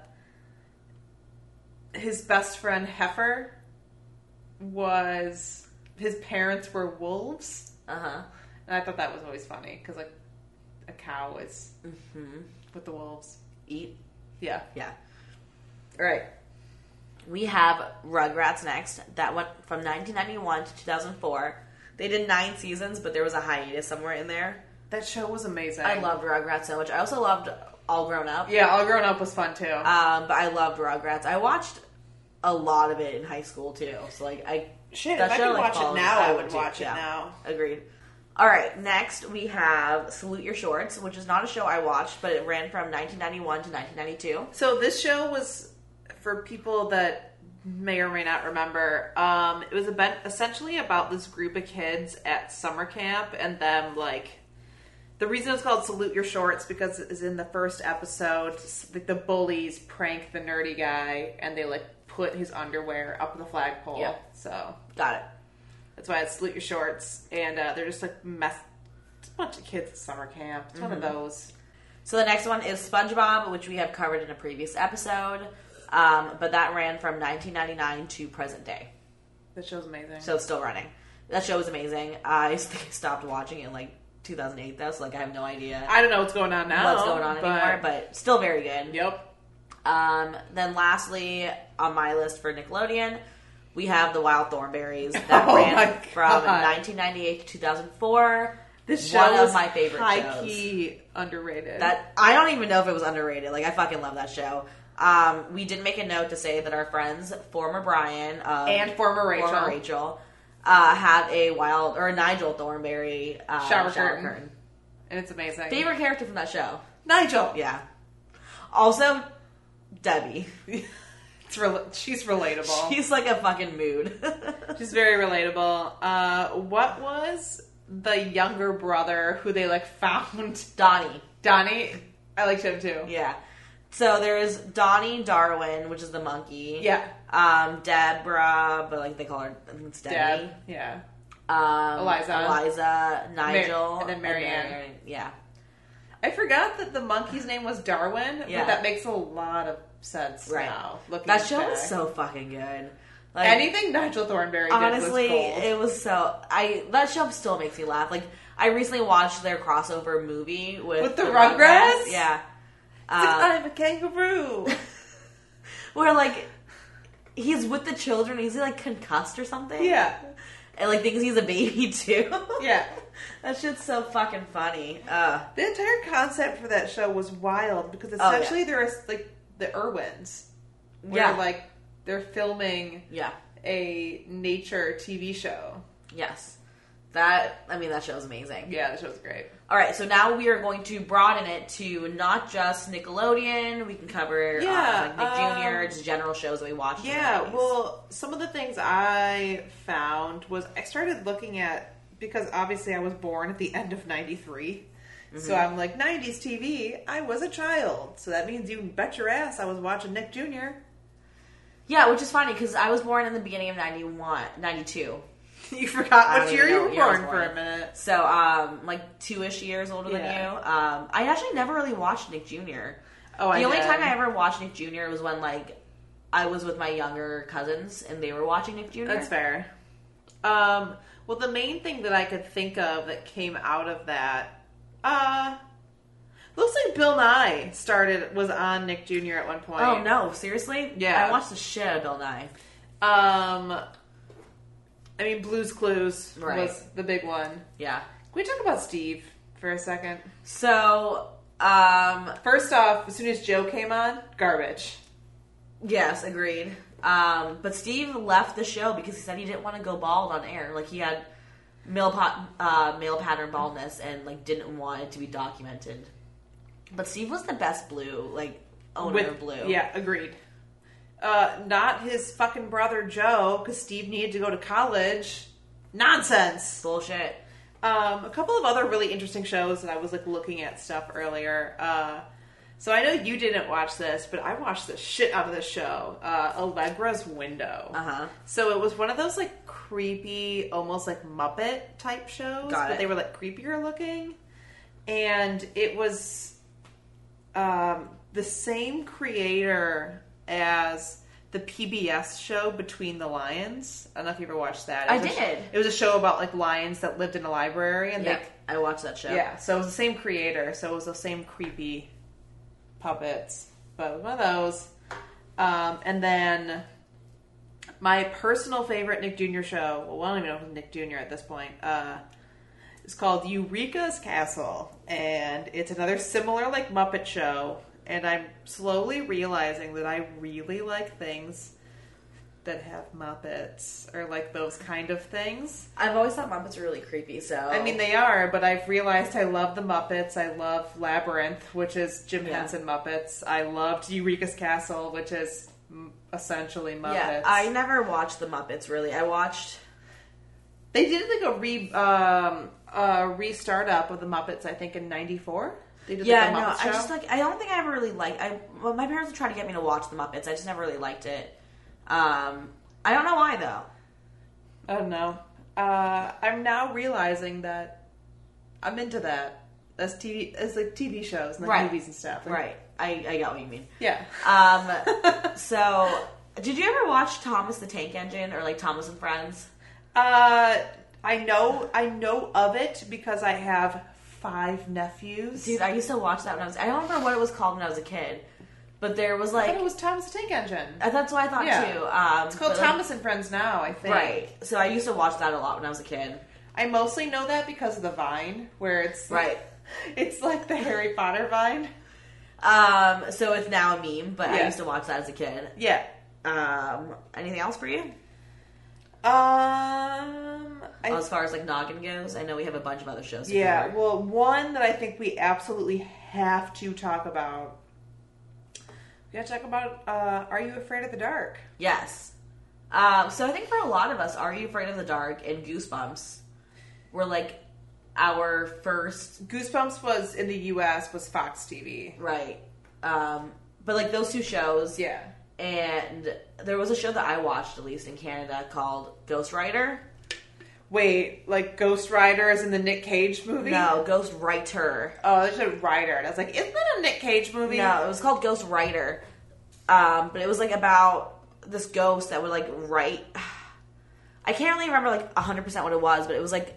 B: his best friend Heifer was his parents were wolves,
A: Uh huh.
B: and I thought that was always funny because like a cow is
A: Mm-hmm.
B: with the wolves.
A: Eat.
B: Yeah,
A: Yeah. All right. We have Rugrats next. That went from 1991 to 2004. They did nine seasons, but there was a hiatus somewhere in there.
B: that show was amazing.
A: I loved Rugrats so much. I also loved All Grown Up.
B: Yeah, All Grown Up was fun too.
A: Um, but I loved Rugrats. I watched a lot of it in high school too. So like I
B: Shit,
A: that
B: if I
A: show,
B: could
A: like,
B: watch it
A: follows-
B: now, I,
A: I
B: would
A: would,
B: watch
A: too,
B: it
A: yeah.
B: now.
A: agreed. All right, next we have Salute Your Shorts, which is not a show I watched, but it ran from 1991 to 1992.
B: So this show was for people that may or may not remember. Um, it was about, essentially about this group of kids at summer camp and them like. The reason it's called "Salute Your Shorts" because it's in the first episode. s- The, the bullies prank the nerdy guy, and they like put his underwear up the flagpole.
A: Yeah.
B: So
A: Got it.
B: that's why it's "Salute Your Shorts," and uh, they're just like mess. It's a bunch of kids at summer camp. It's one
A: Mm-hmm.
B: of those.
A: So the next one is SpongeBob, which we have covered in a previous episode, um, but that ran from 1999 to present day,
B: That show's amazing.
A: so it's still running. That show was amazing. I think I stopped watching it in like 2008 though, so like I have no idea
B: I don't know what's going on now.
A: what's going on anymore, but still very good.
B: Yep.
A: Um, then lastly, on my list for Nickelodeon, we have the Wild Thornberries that
B: Oh my
A: ran from
B: God.
A: 1998 to 2004.
B: This show
A: One of
B: was
A: my favorite
B: high
A: shows.
B: key underrated.
A: That I don't even know if it was underrated. Like I fucking love that show. Um, we did make a note to say that our friends, former Brian um,
B: and former Rachel.
A: former Rachel, uh, had a wild or a Nigel Thornberry uh,
B: Shower curtain. and it's amazing.
A: Favorite character from that show?
B: Nigel.
A: Yeah. Also, Debbie.
B: It's rel- she's relatable. She's,
A: She's like a fucking mood.
B: very relatable. Uh, what was the younger brother who they like found?
A: Donnie.
B: Donnie. I liked him too.
A: Yeah. So there's Donnie Darwin, which is the monkey.
B: Yeah.
A: Um, Deborah, but like they call her, I think it's Debbie.
B: Deb. Yeah.
A: um,
B: Eliza.
A: Eliza, Nigel,
B: and then Marianne.
A: yeah,
B: I forgot that the monkey's name was Darwin,
A: Yeah.
B: but that makes a lot of sense
A: Right.
B: now. Looking
A: that show was
B: back.
A: so fucking good. Like
B: anything Nigel Thornberry
A: honestly,
B: did was gold.
A: it was so. I that show still makes me laugh. Like I recently watched their crossover movie with
B: With the Rugrats? uh,
A: Yeah, uh,
B: I'm a kangaroo.
A: where like he's with the children. Is he like concussed or something?
B: yeah,
A: and like thinks he's a baby too.
B: yeah.
A: that shit's so fucking funny. Uh,
B: The entire concept for that show was wild because
A: yeah.
B: essentially there is like the Irwins, where
A: yeah,
B: like they're filming
A: yeah.
B: a nature TV show.
A: Yes. That, I mean, that show's amazing.
B: Yeah, the show's great.
A: All right, so now we are going to broaden it to not just Nickelodeon. We can cover
B: Yeah,
A: uh, like Nick
B: um,
A: Jr., just general shows that we watched. in the
B: Yeah,
A: 90s.
B: well, some of the things I found was I started looking at because obviously I was born at the end of 93. So I'm like 90s TV, I was a child. So that means you bet your ass I was watching Nick Jr.
A: yeah, which is funny because I was born in the beginning of 91, 92.
B: You forgot
A: I
B: what
A: don't
B: year
A: even
B: you
A: know
B: were
A: what year I was
B: born for
A: born.
B: a minute.
A: So, um, like two ish years older than
B: Yeah.
A: you. Um, I actually never really watched Nick Jr.
B: Oh,
A: the only
B: did.
A: time I ever watched Nick Jr. was when, like, I was with my younger cousins and they were watching Nick Jr.
B: That's fair. Um, well, the main thing that I could think of that came out of that, uh, Looks like Bill Nye started was on Nick Jr. at one point.
A: Oh no, seriously?
C: Yeah.
A: I watched the shit out of Bill Nye.
B: Um, I mean, Blue's Clues
A: Right.
B: was the big one. Can
A: Yeah.
B: we talk about Steve for a second?
A: So, um,
B: First off, as soon as Joe came on, garbage.
A: yes, agreed. Um, but Steve left the show because he said he didn't want to go bald on air. Like he had male pot, uh, male pattern baldness and like didn't want it to be documented. But Steve was the best blue, like owner of blue.
B: yeah, agreed.
C: Uh, not his fucking brother Joe, because Steve needed to go to college. Nonsense.
A: Bullshit.
B: Um, a couple of other really interesting shows that I was like looking at stuff earlier. Uh, so I know you didn't watch this, but I watched the shit out of this show, uh, Allegra's Window.
A: Uh huh.
B: So it was one of those like creepy, almost like Muppet type shows,
A: Got
B: but
A: it.
B: they were like creepier looking. And it was um, the same creator as the PBS show Between the Lions. I don't know if you ever watched that. It
A: I
B: was a sh-
A: did.
B: it was a show about like lions that lived in a library and
A: Yeah, I watched that show.
B: they yeah. So it was the same creator, so it was the same creepy puppets, but it was one of those. Um, and then my personal favorite Nick Jr. show. Well, I don't even know if it's Nick Jr. at this point. Uh, it's called Eureka's Castle, and it's another similar like Muppet show. And I'm slowly realizing that I really like things that have Muppets or like those kind of things.
A: I've always thought Muppets were really creepy. So
B: I mean,
A: Oh.
B: they are, but I've realized I love the Muppets. I love Labyrinth, which is Jim
A: Yeah.
B: Henson Muppets. I loved Eureka's Castle, which is mm, essentially Muppets.
A: yeah, I never watched the Muppets really. I watched
B: they did like a re um, a restart up of the Muppets, I think, in '94. They did
A: Yeah,
B: like,
A: no,
B: a Muppet
A: I
B: show.
A: just like I don't think I ever really liked. I well, my parents would try to get me to watch the Muppets. I just never really liked it. Um, I don't know why though.
B: I don't know. Uh, I'm now realizing that I'm into that as TV as like TV shows and like
A: Right.
B: movies and stuff. Like,
A: Right, I I got what you mean.
B: Yeah.
A: Um, so did you ever watch Thomas the Tank Engine or like Thomas and Friends?
B: Uh, I know, I know of it because I have five nephews.
A: Dude, I used to watch that when I was. I don't remember what it was called when I was a kid, but there was
B: I
A: like
B: thought it was Thomas the Tank Engine.
A: uh, that's what I thought
B: Yeah.
A: too. Um,
B: It's called
A: but, like,
B: Thomas and Friends now. I think.
A: Right. So I used to watch that a lot when I was a kid.
B: I mostly know that because of the Vine, where it's
A: Right.
B: It's like the Harry Potter Vine.
A: Um, so it's now a meme, but I
B: Yeah.
A: used to watch that as a kid.
B: Yeah.
A: Um, anything else for you?
B: Um. I
A: as far as like noggin goes, I know we have a bunch of other shows. to
B: Yeah,
A: cover.
B: well, one that I think we absolutely have to talk about. We gotta talk about uh, Are You Afraid of the Dark?
A: yes. Um, so I think for a lot of us, "Are You Afraid of the Dark" and "Goosebumps" were like our first,
B: Goosebumps was in the US, was Fox TV.
A: right? Um, but like those two shows,
B: Yeah.
A: and there was a show that I watched at least in Canada called Ghost Rider.
B: Wait, like Ghost Rider is in the Nick Cage movie?
A: No, Ghost Writer.
B: Oh, there's a Rider. And I was like, isn't that a Nick Cage movie?
A: No, it was called Ghost Writer. Um, but it was like about this ghost that would like write. I can't really remember like 100% what it was, but it was like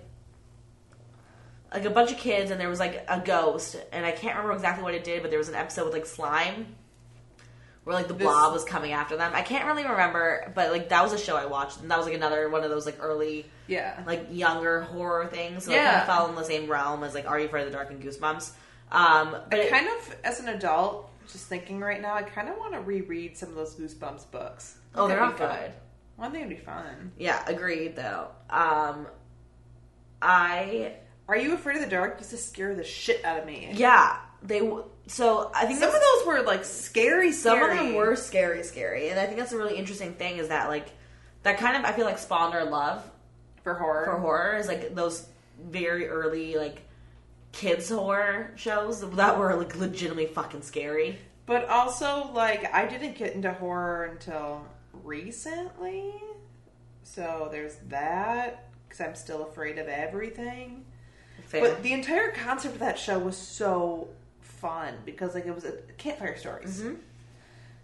A: like a bunch of kids and there was like a ghost and I can't remember exactly what it did, but there was an episode with like slime where like the
B: This-
A: blob was coming after them. I can't really remember, but like that was a show I watched and that was like another one of those like early
B: Yeah.
A: like younger horror things. So it
B: Yeah.
A: kind of fell in the same realm as like Are You Afraid of the Dark and Goosebumps. Um, but
B: I
A: it,
B: kind of, as an adult, just thinking right now, I kind of want to reread some of those Goosebumps books.
A: oh, they're not
B: That'd be fun.
A: good.
B: One thing would be fun.
A: Yeah, agreed though. Um I
B: Are You Afraid of the Dark used to scare the shit out of me.
A: yeah, they w- so I think
B: Some
A: that's-
B: of those were like scary.
A: some
B: scary.
A: of them were scary scary and I think that's a really interesting thing is that like that kind of I feel like spawned our love
B: for horror.
A: for horror is like those very early like kids horror shows that were like legitimately fucking scary.
B: But also, like, I didn't get into horror until recently, so there's that because I'm still afraid of everything.
A: Fair.
B: But the entire concept of that show was so fun because like it was a campfire stories.
A: Mhm.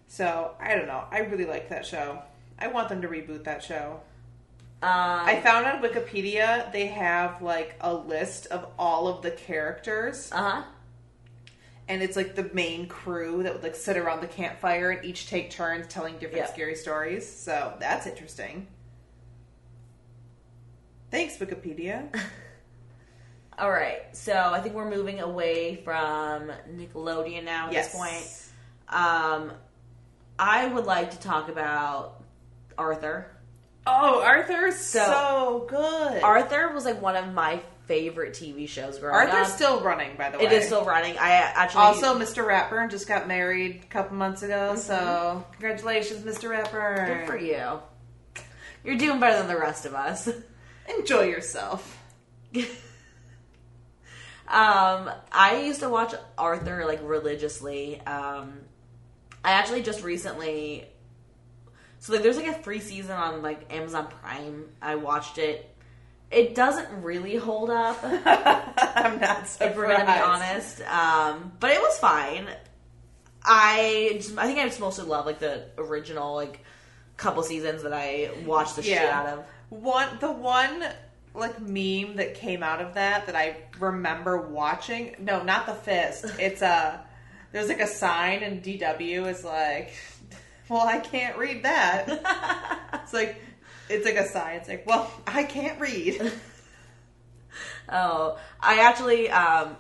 B: So I don't know. I really like that show. I want them to reboot that show.
A: um,
B: I found on Wikipedia they have like a list of all of the characters
A: uh-huh.
B: and it's like the main crew that would like sit around the campfire and each take turns telling different
A: Yeah.
B: scary stories. So that's interesting. Thanks, Wikipedia.
A: All right, so I think we're moving away from Nickelodeon now at
B: yes.
A: this point. Um, I would like to talk about Arthur.
B: Oh, Arthur's so,
A: So-
B: good.
A: Arthur was like one of my favorite TV shows growing
B: Arthur's
A: up.
B: still running, by the way.
A: it is still running. I actually
B: Also, Mr. Ratburn just got married a couple months ago, so congratulations, Mr. Ratburn.
A: good for you. You're doing better than the rest of us.
B: Enjoy yourself.
A: Um, I used to watch Arthur like religiously. Um, I actually just recently, so like there's like a free season on like Amazon Prime. I watched it. It doesn't really hold up,
B: I'm not surprised.
A: if we're gonna be honest. Um, but it was fine. I just, I think I just mostly love like the original like couple seasons that I watched the shit
B: Yeah.
A: out of.
B: One, the one like meme that came out of that that I remember watching. No, not the fist. It's a there's like a sign, and DW is like, "Well, I can't read that." It's like it's like a sign. It's like, "Well, I can't read."
A: Oh, I actually um,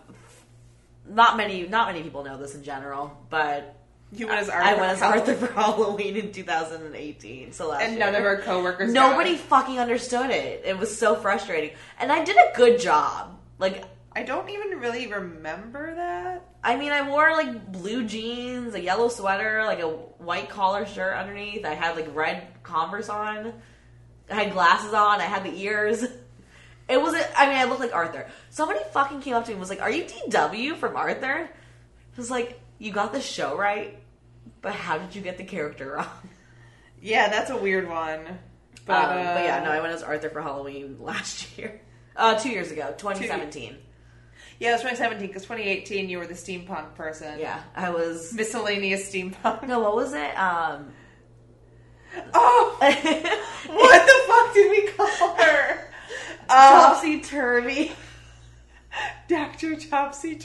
A: not many not many people know this in general, but
B: You went as Arthur.
A: I went as
B: Cullen,
A: Arthur for Halloween in 2018. So last
B: and
A: year.
B: none of our coworkers. got
A: nobody
B: it.
A: fucking understood it. It was so frustrating, and I did a good job. Like,
B: I don't even really remember that.
A: I mean, I wore like blue jeans, a yellow sweater, like a white collar shirt underneath. I had like red Converse on. I had glasses on. I had the ears. It wasn't. I mean, I looked like Arthur. Somebody fucking came up to me and was like, "Are you DW from Arthur?" I was like, "You got the show right, but how did you get the character wrong?" Um,
B: Yeah, that's a weird one. But,
A: But, um, but yeah,
B: uh,
A: no, I went as Arthur for Halloween last year. Uh, two years ago, 2017.
B: Yeah, it was 2017 because 2018 you were the steampunk person.
A: Yeah, I was.
B: Miscellaneous steampunk.
A: No, what was it? Um,
B: Oh, what the fuck did we call her? Uh,
A: Topsy turvy,
B: Dr. Topsy.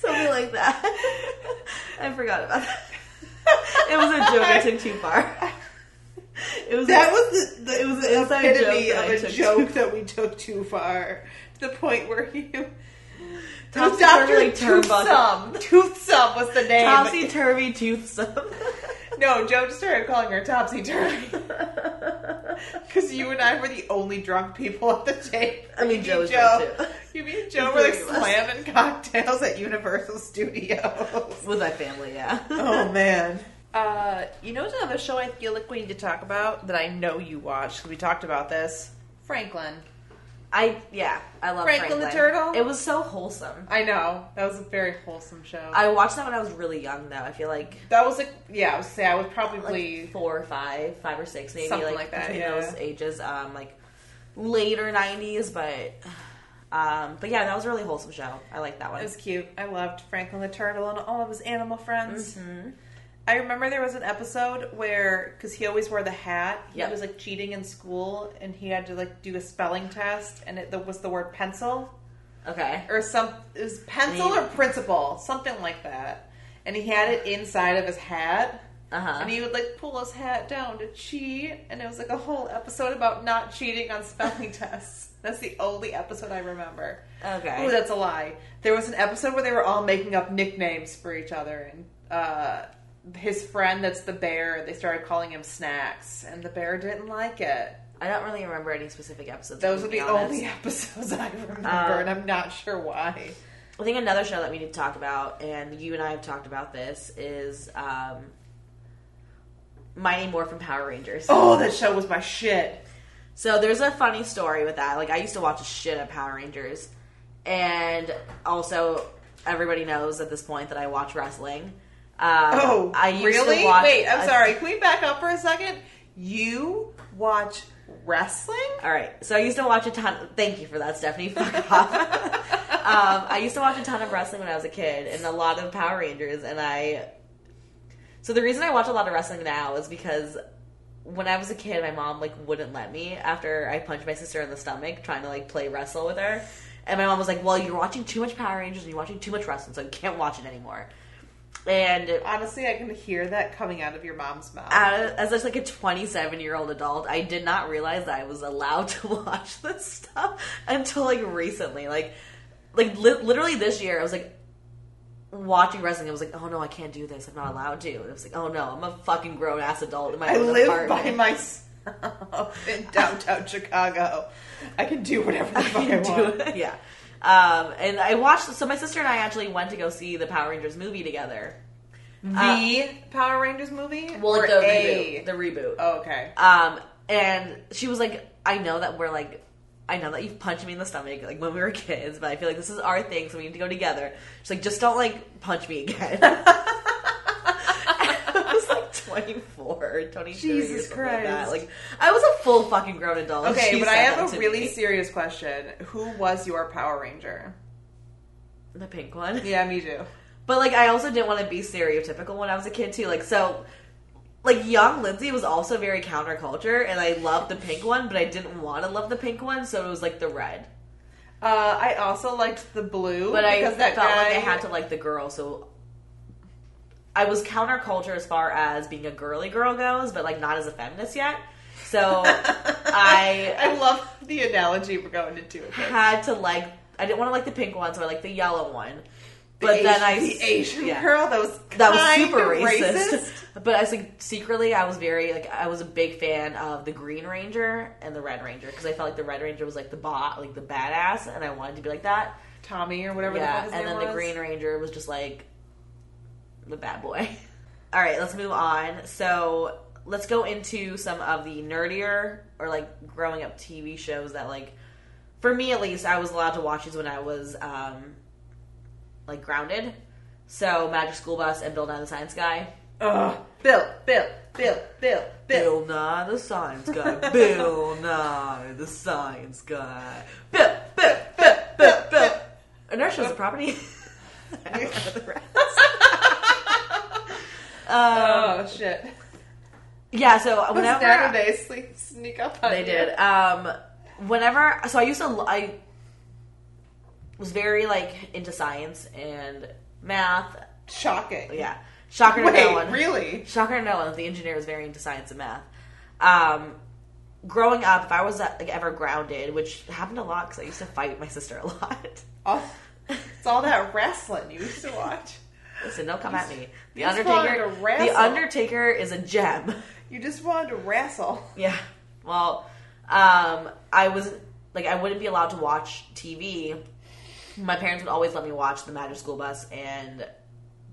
A: something like that. I forgot about that. It was a joke I took too far. It was
B: That was the, the it was
A: an
B: the
A: inside
B: epitome
A: joke that I
B: of a
A: took
B: joke that we took too far to the point where you.
A: Topsy
B: Doctor
A: Turvy
B: Toothsome.
A: Turnbuckle.
B: Toothsome was the name.
A: topsy turvy toothsome.
B: No, Joe just started calling her Topsy Turvy because you and I were the only drunk people at the table.
A: I mean, Joe was drunk, too.
B: You mean Joe were like
A: Three of us.
B: slamming cocktails at Universal Studios?
A: With my family, yeah.
B: oh man. Uh, you know, there's another show I feel like we need to talk about that I know you watched 'cause we talked about this. Franklin.
A: I yeah, I love
B: Franklin the Turtle?
A: It was so wholesome.
B: I know that was a very wholesome show.
A: I watched that when I was really young, though. I feel like
B: that was like, yeah, I would say I was
A: like
B: probably
A: four or five, five or six, maybe
B: Something
A: like,
B: like that,
A: between
B: yeah.
A: those ages, um, like later nineties, but um, but yeah, that was a really wholesome show. I like that
B: It
A: one.
B: was cute. I loved Franklin the Turtle and all of his animal friends. I remember there was an episode where, because he always wore the hat, he
A: Yep.
B: was like cheating in school, and he had to like do a spelling test, and it the, was the word pencil
A: Okay,
B: or some it was pencil
A: And he-
B: or principal, something like that. And he had it inside of his hat,
A: uh huh.
B: and he would like pull his hat down to cheat, and it was like a whole episode about not cheating on spelling tests. That's the only episode I remember.
A: Okay,
B: Oh, that's a lie. There was an episode where they were all making up nicknames for each other, and uh, his friend that's the bear, they started calling him Snacks, and the bear didn't like it.
A: I don't really remember any specific episodes.
B: Those
A: to
B: are
A: be
B: the
A: honest.
B: only episodes I remember,
A: Um,
B: and I'm not sure why.
A: I think another show that we need to talk about, and you and I have talked about this, is um, Mighty Morphin Power Rangers.
B: Oh, that show was my shit.
A: So there's a funny story with that. Like I used to watch a shit of Power Rangers, and also everybody knows at this point that I watch wrestling. Um,
B: Oh,
A: I used
B: really?
A: To watch
B: Wait, I'm
A: a-
B: sorry. Can we back up for a second? You watch wrestling?
A: All right, so I used to watch a ton. Thank you for that, Stephanie. Fuck off. um, I used to watch a ton of wrestling when I was a kid, and a lot of Power Rangers. And I, so the reason I watch a lot of wrestling now is because when I was a kid, my mom like wouldn't let me after I punched my sister in the stomach trying to like play wrestle with her. And my mom was like, "Well, you're watching too much Power Rangers and you're watching too much wrestling, so you can't watch it anymore." And
B: Honestly, I can hear that coming out of your mom's mouth.
A: as, as just like a 27 year old adult, I did not realize that I was allowed to watch this stuff until like recently. Like, like li- literally this year, I was like watching wrestling. I was like, oh no, I can't do this. I'm not allowed to. And I was like, oh no, I'm a fucking grown ass adult in my
B: I
A: own
B: live
A: apartment.
B: by myself in downtown Chicago. I can do whatever the fuck I,
A: do
B: want.
A: it. Yeah. Um, and I watched. So my sister and I actually went to go see the Power Rangers movie together.
B: The Power Rangers movie?
A: Uh, Well,
B: Or
A: like the
B: a-
A: reboot. The reboot.
B: Oh, okay.
A: Um, and she was like, I know that we're like, I know that you've punched me in the stomach like when we were kids, but I feel like this is our thing, so we need to go together. She's like, just don't like punch me again. I was like 24, 23. or
B: Jesus
A: something Like, that.
B: Christ.
A: Like, I was a full fucking grown adult. and
B: Okay,
A: Oh, she
B: but I
A: said that
B: have a
A: to
B: really
A: me.
B: serious question. Who was your Power Ranger?
A: the pink one.
B: Yeah, me too.
A: But like I also didn't want to be stereotypical when I was a kid too. Like so like young Lindsay was also very counterculture and I loved the pink one, but I didn't want to love the pink one, so it was like the red.
B: Uh, I also liked the blue
A: But I
B: because that
A: felt
B: guy
A: like I had to like the girl, so I was counterculture as far as being a girly girl goes, but like not as a feminist yet. So I
B: I love the analogy we're going into with this.
A: had to like I didn't want to like the pink one, so I liked the yellow one.
B: The
A: but then
B: Asian-
A: I
B: the Asian
A: yeah.
B: girl that was
A: that was
B: kind
A: super
B: of
A: racist. But I was like secretly, I was very like I was a big fan of the Green Ranger and the Red Ranger because I felt like the Red Ranger was like the bot, like the badass, and I wanted to be like that.
B: Tommy or whatever.
A: yeah,
B: the fuck his
A: and
B: name
A: then the
B: was.
A: Green Ranger was just like the bad boy. All right, let's move on. So let's go into some of the nerdier or like growing up TV shows that like for me at least I was allowed to watch these when I was um like grounded. So Magic School Bus and Bill Nye the Science Guy.
B: Ugh. Bill, Bill, Bill, Bill, Bill.
A: Bill Nye the Science Guy. Bill Nye the Science Guy. Bill, Bill, Bill, Bill, Bill. Inertia is a property. I don't know the rest. um,
B: Oh shit!
A: yeah, so
B: Those
A: whenever
B: nowadays sneak, sneak up on
A: they
B: you.
A: did, um, whenever so I used to l- I was very like into science and math.
B: Shocking.
A: Yeah, shocker to no
B: Wait,
A: one.
B: really?
A: Shocker to no one that the engineer was very into science and math. Um, growing up, if I was uh, like ever grounded, which happened a lot because I used to fight my sister a lot.
B: All, it's all that wrestling you used to watch.
A: Listen, don't come at me. The
B: you just wanted
A: Undertaker.
B: to wrestle.
A: The Undertaker is a gem.
B: You just wanted to wrestle.
A: Yeah. Well, um, I was like, I wouldn't be allowed to watch TV. My parents would always let me watch The Magic School Bus and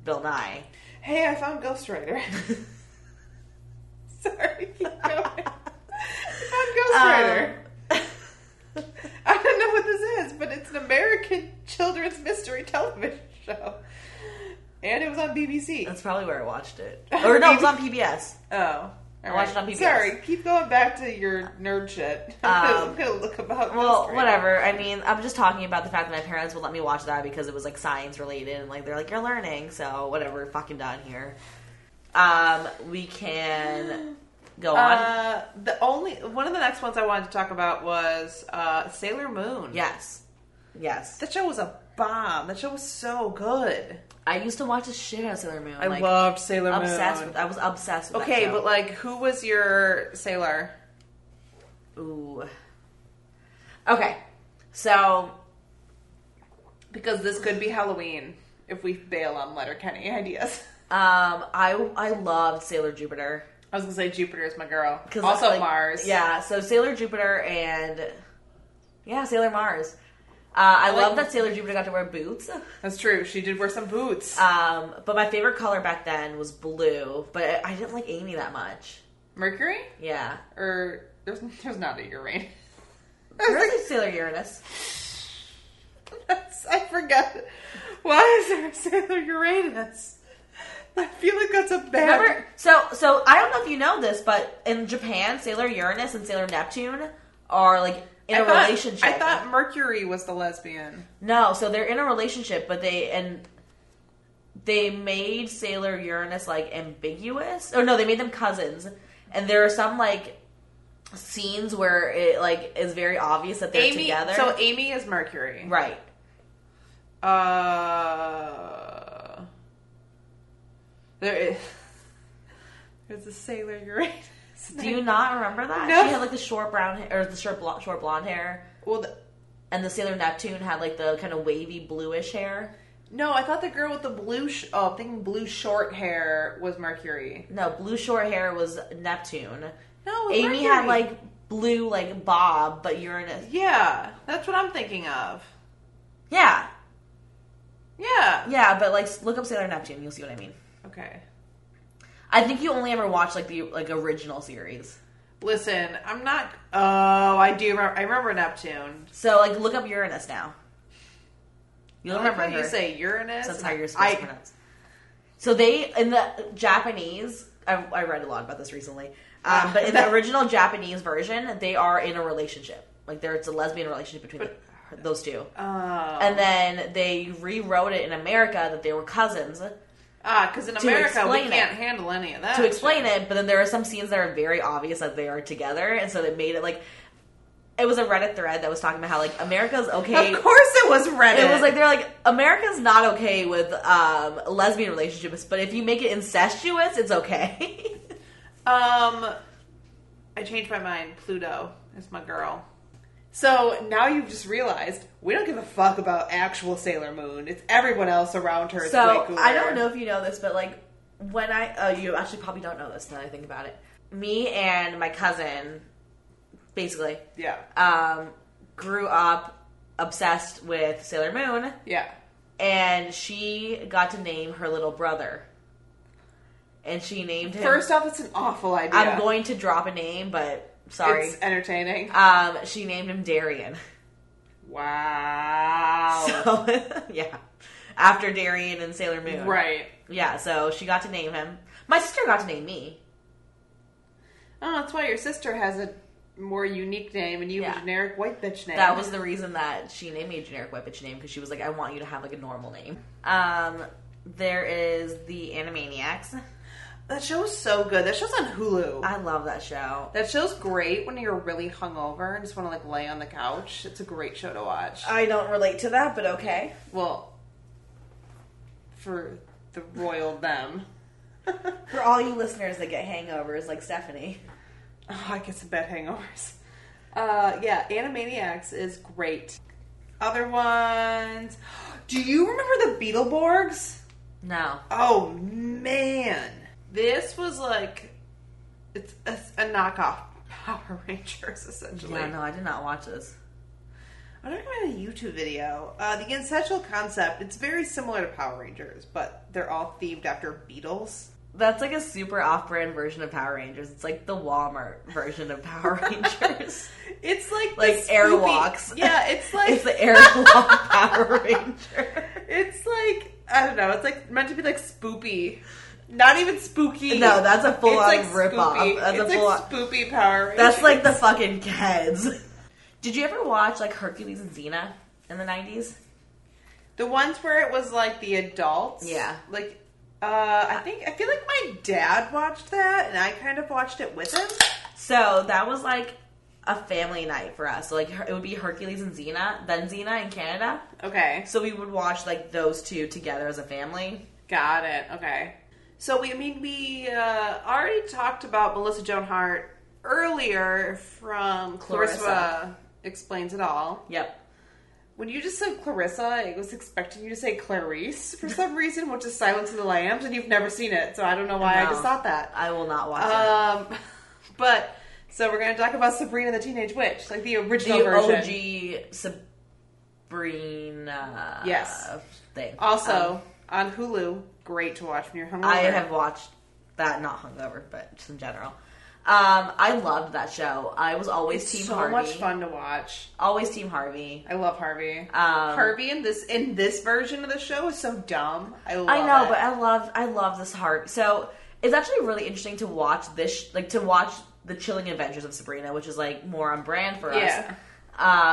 A: Bill Nye.
B: Hey, I found Ghost Rider. Sorry, keep going. I found Ghost Rider.
A: Um,
B: I don't know what this is, but it's an American children's mystery television show. And it was on BBC.
A: that's probably where I watched it. Or no, it was on PBS.
B: Oh. all
A: I watched it on PBS.
B: Sorry, keep going back to your nerd shit. I'm, gonna,
A: Um,
B: I'm gonna look about.
A: Well,
B: Ghost Rider.
A: whatever. I mean, I'm just talking about the fact that my parents would let me watch that because it was like science related, and like they're like, "You're learning, so whatever, fucking done here." Um, we can go on.
B: Uh, the only one of the next ones I wanted to talk about was uh, Sailor Moon.
A: yes, yes.
B: that show was a bomb. That show was so good.
A: I used to watch the shit out of Sailor Moon.
B: I
A: like,
B: loved Sailor Moon.
A: obsessed with. I was obsessed with.
B: okay,
A: that
B: but
A: show.
B: like, who was your sailor?
A: ooh. Okay, so
B: Because this could be Halloween if we bail on Letterkenny ideas.
A: um, I I loved Sailor Jupiter.
B: I was gonna say Jupiter is my girl.
A: 'Cause,
B: Also
A: like,
B: Mars.
A: Yeah, so Sailor Jupiter and yeah, Sailor Mars. Uh, I
B: like-
A: love that Sailor Jupiter got to wear boots.
B: that's true. She did wear some boots.
A: Um, but my favorite color back then was blue, but I didn't like Amy that much.
B: Mercury
A: Yeah.
B: or there's there's not a Uranus.
A: Really Sailor Uranus.
B: That's, I forgot. Why is there a Sailor Uranus? I feel like that's a bad.
A: Remember so so I don't know if you know this, but in Japan, Sailor Uranus and Sailor Neptune are like in
B: I
A: a
B: thought,
A: relationship.
B: I thought Mercury was the lesbian.
A: No, so they're in a relationship, but they and they made Sailor Uranus like ambiguous. Oh no, they made them cousins, and there are some like scenes where it like is very obvious that they're
D: Amy-
A: together.
B: So Amy is Mercury.
A: right.
B: Uh, there is. There's a sailor Uranus.
A: Do you not remember that?
B: No.
A: She had like the short brown hair, or the short blo- short blonde hair,
B: Well, the,
A: and the Sailor Neptune had like the kind of wavy bluish hair.
B: no, I thought the girl with the blue. Sh- oh, I'm thinking blue short hair was Mercury.
A: No, blue short hair was Neptune.
B: No, it was
A: Amy had
B: Mercury.
A: like blue like bob, but Uranus.
B: Yeah, that's what I'm thinking of.
A: Yeah,
B: Yeah.
A: yeah, but like look up Sailor Neptune, you'll see what I mean.
B: Okay.
A: I think you only ever watched like the like original series.
B: Listen, I'm not. Oh, I do. Remember, I remember Neptune.
A: So like look up Uranus now. You'll
B: I like
A: remember
B: how you
A: her.
B: say Uranus.
A: That's how you're supposed
B: I,
A: to pronounce. So they in the Japanese, I, I read a lot about this recently, um, but in the original Japanese version, they are in a relationship. Like there, it's a lesbian relationship between the, those two.
B: Oh.
A: And then they rewrote it in America that they were cousins
B: Ah, because in America we
A: explain it.
B: can't handle any of that.
A: to explain it. But then there are some scenes that are very obvious that they are together, and so they made it like. It was a Reddit thread that was talking about how like America's okay
B: Of course, it was Reddit.
A: It was like they're like America's not okay with um, lesbian relationships, but if you make it incestuous, it's okay.
B: um, I changed my mind. Pluto is my girl. So now you've just realized we don't give a fuck about actual Sailor Moon. It's everyone else around her. is way
A: so
B: cooler.
A: I don't know if you know this, but like when I uh, you actually probably don't know this now that I think about it. Me and my cousin, basically,
B: Yeah,
A: um, grew up obsessed with Sailor Moon,
B: yeah.
A: and she got to name her little brother, and she named him.
B: First off, it's an awful idea.
A: I'm going to drop a name, but sorry.
B: It's entertaining.
A: Um, she named him Darian.
B: Wow.
A: So yeah, after Darian and Sailor Moon,
B: right.
A: Yeah, so she got to name him. My sister got to name me.
B: Oh, that's why your sister has a more unique name and you have
A: Yeah.
B: a generic white bitch name.
A: That was the reason that she named me a generic white bitch name because she was like, I want you to have like a normal name. Um, there is the Animaniacs.
B: that show is so good. That show's on Hulu.
A: I love that show.
B: That show's great when you're really hungover and just want to like lay on the couch. It's a great show to watch.
A: I don't relate to that, but okay.
B: Well, for the royal them. oh,
A: For all you listeners that get hangovers like Stephanie,
B: Oh, I get some bad hangovers. Uh, yeah, Animaniacs is great. Other ones. Do you remember the Beetleborgs?
A: no,
B: Oh man, this was like it's a, a knockoff Power Rangers essentially.
A: yeah, no, I did not watch this.
B: I'm not gonna find a YouTube video. Uh, the ancestral concept, it's very similar to Power Rangers, but they're all themed after Beatles.
A: That's like a super off-brand version of Power Rangers. It's like the Walmart version of Power Rangers.
B: It's like the
A: Like
B: Scooby-
A: Airwalks.
B: Yeah, it's like
A: it's the Airwalk Power Ranger.
B: it's like I don't know. It's like meant to be like spoopy, not even spooky.
A: No, that's a full-on
B: it's like
A: rip-off.
B: spoopy.
A: That's a
B: it's like
A: full-on-
B: spoopy Power Rangers.
A: That's like the fucking Keds. Did you ever watch like Hercules and Xena in the nineties?
B: The ones where it was like the adults.
A: Yeah.
B: Like, uh, I think, I feel like my dad watched that and I kind of watched it with him.
A: So that was like a family night for us. So like her- it would be Hercules and Xena, then Xena in Canada.
B: Okay.
A: So we would watch like those two together as a family.
B: Got it. Okay. So, we, I mean, we uh, already talked about Melissa Joan Hart earlier from Clarissa,
A: Clarissa.
B: Explains It All.
A: Yep.
B: When you just said Clarissa, I was expecting you to say Clarice for some reason, which is Silence of the Lambs, and you've never seen it, so I don't know why I
A: No.
B: just thought that.
A: I will not watch it.
B: Um, but so we're gonna talk about Sabrina the Teenage Witch, like the original
A: the
B: version.
A: OG Sabrina uh,
B: Yes.
A: thing.
B: Also
A: Um,
B: on Hulu, great to watch when you're hungover.
A: I have watched that not hungover, but just in general. Um, I loved that show. I was always
B: It's
A: Team
B: so
A: Harvey.
B: much fun to watch.
A: Always Team Harvey.
B: I love Harvey.
A: Um,
B: Harvey in this in this version of the show is so dumb. I love
A: I know,
B: it.
A: but I love I love this Harvey. So it's actually really interesting to watch this, sh- like to watch the Chilling Adventures of Sabrina, which is like more on brand for us.
B: Yeah.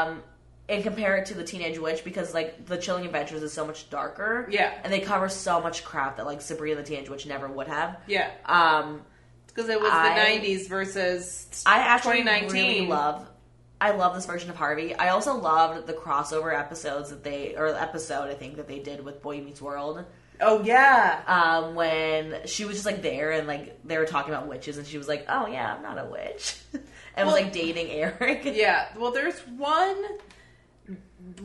A: Um, and compare it to the Teenage Witch because like the Chilling Adventures is so much darker.
B: Yeah.
A: and they cover so much crap that like Sabrina the Teenage Witch never would have.
B: yeah,
A: Um,
B: because it was
A: I-
B: the '90s versus
A: I actually
B: 2019.
A: really love. I love this version of Harvey. I also loved the crossover episodes that they, or the episode I think that they did with Boy Meets World,
C: Oh yeah.
A: um, when she was just like there and like they were talking about witches and she was like, "Oh yeah, I'm not a witch," and was
B: Well-
A: like dating Eric.
B: Yeah. Well, there's one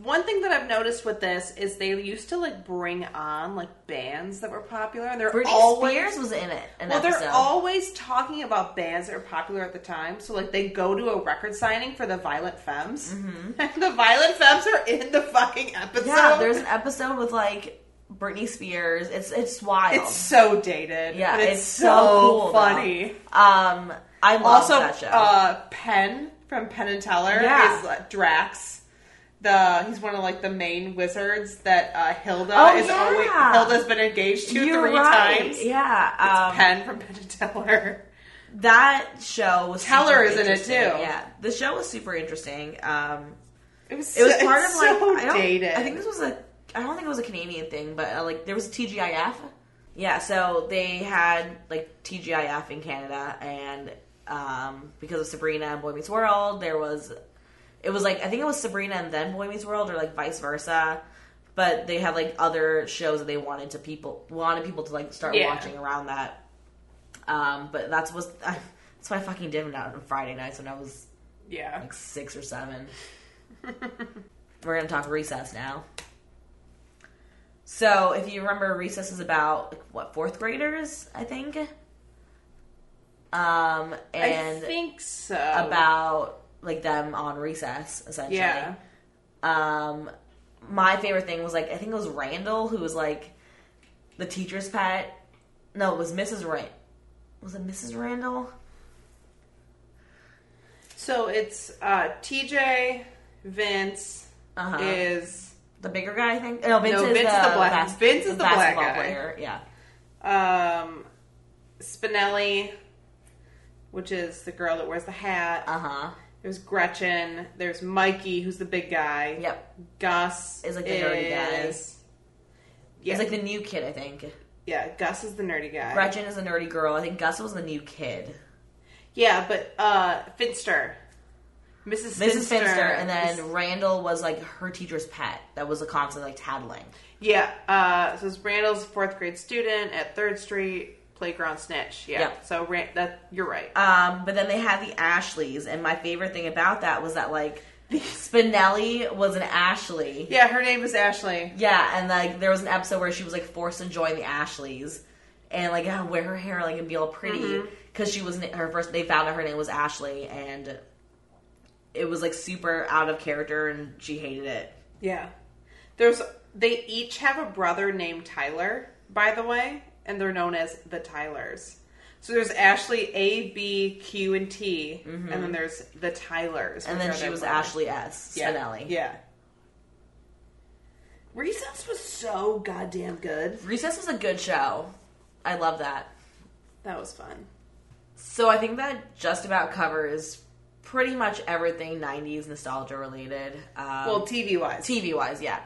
B: one thing that I've noticed with this is they used to like bring on like bands that were popular, and they're
A: Britney
B: always
A: Spears was in it. An
B: well,
A: episode.
B: they're always talking about bands that are popular at the time. So like they go to a record signing for the Violent Femmes, and the Violent Femmes are in the fucking episode.
A: Mm-hmm. yeah, there's an episode with like Britney Spears. It's it's wild.
B: it's so dated.
A: yeah,
B: but it's, so,
A: cool, though.
B: funny.
A: Um, I love
B: Also,
A: that show.
B: uh, Penn from Penn and Teller
A: Yeah.
B: is uh, Drax. The he's one of like the main wizards that uh, Hilda
A: Oh,
B: is
A: yeah.
B: always Hilda's been engaged to
A: You're
B: three
A: right.
B: times.
A: Yeah, um,
B: Penn from Penn and Teller.
A: that show was
B: Teller
A: super
B: is in it,
A: interesting.
B: too.
A: Yeah, the show was super interesting. Um,
B: It was
A: it was
B: so,
A: part
B: it's
A: of like
B: so
A: I don't,
B: dated.
A: I think this was a I don't think it was a Canadian thing, but uh, like there was TGIF. Yeah, so they had like TGIF in Canada, and um, because of Sabrina and Boy Meets World, there was it was like I think it was Sabrina and then Boy Meets World, or like vice versa. But they had like other shows that they wanted to people wanted people to like start
B: Yeah.
A: watching around that. Um, but that's was that's what I fucking did on Friday nights when I was
B: yeah.
A: like six or seven. We're gonna talk recess now. So, if you remember, recess is about like, what fourth graders, I think. Um,
B: I
A: and
B: think so.
A: about like them on recess essentially.
B: yeah.
A: Um, my favorite thing was like I think it was Randall who was like the teacher's pet. No, it was Mrs. Rand. Was it Mrs. Randall?
B: So it's uh, TJ Vince
A: Uh huh.
B: is
A: The bigger guy, I think. No, Vince,
B: No,
A: is,
B: Vince
A: the
B: is the black-
A: bas-
B: Vince is the black
A: basketball
B: guy.
A: player. Yeah,
B: um, Spinelli, which is the girl that wears the hat.
A: uh huh.
B: There's Gretchen. There's Mikey, who's the big guy.
A: Yep,
B: Gus
A: Is, like, the nerdy guy.
B: is- Yeah,
A: he's like the new kid, I think.
B: yeah. Gus is the nerdy guy.
A: Gretchen is a nerdy girl. I think Gus was the new kid.
B: Yeah, but uh, Finster,
A: Mrs.
B: Mrs. Finster,
A: Finster, and then
B: is-
A: Randall was like her teacher's pet. That was a constant like tattling.
B: yeah. Uh, so it's Randall's fourth grade student at Third Street Playground Snitch. Yeah.
A: Yep.
B: So Ran- that you're right.
A: Um, but then they had the Ashleys, and my favorite thing about that was that like Spinelli was an Ashley.
B: yeah, her name is Ashley.
A: Yeah, and like there was an episode where she was like forced to join the Ashleys and like yeah, wear her hair like and be all pretty
B: Mm-hmm.
A: because she was her first. They found out her name was Ashley, and it was like super out of character, and she hated it.
B: Yeah. There's they each have a brother named Tyler, by the way, and they're known as the Tylers. So there's Ashley A, B, Q, and T, and then there's the Tylers.
A: Mm-hmm. And
B: which
A: then
B: are
A: she
B: their
A: was
B: brothers.
A: Ashley S.
B: yeah.
A: Spinelli.
B: Yeah. Recess was so goddamn good.
A: Recess was a good show. I love that.
B: That was fun.
A: So I think that just about covers pretty much everything 90s nostalgia related. Um,
B: Well, TV wise,
A: TV wise, yeah.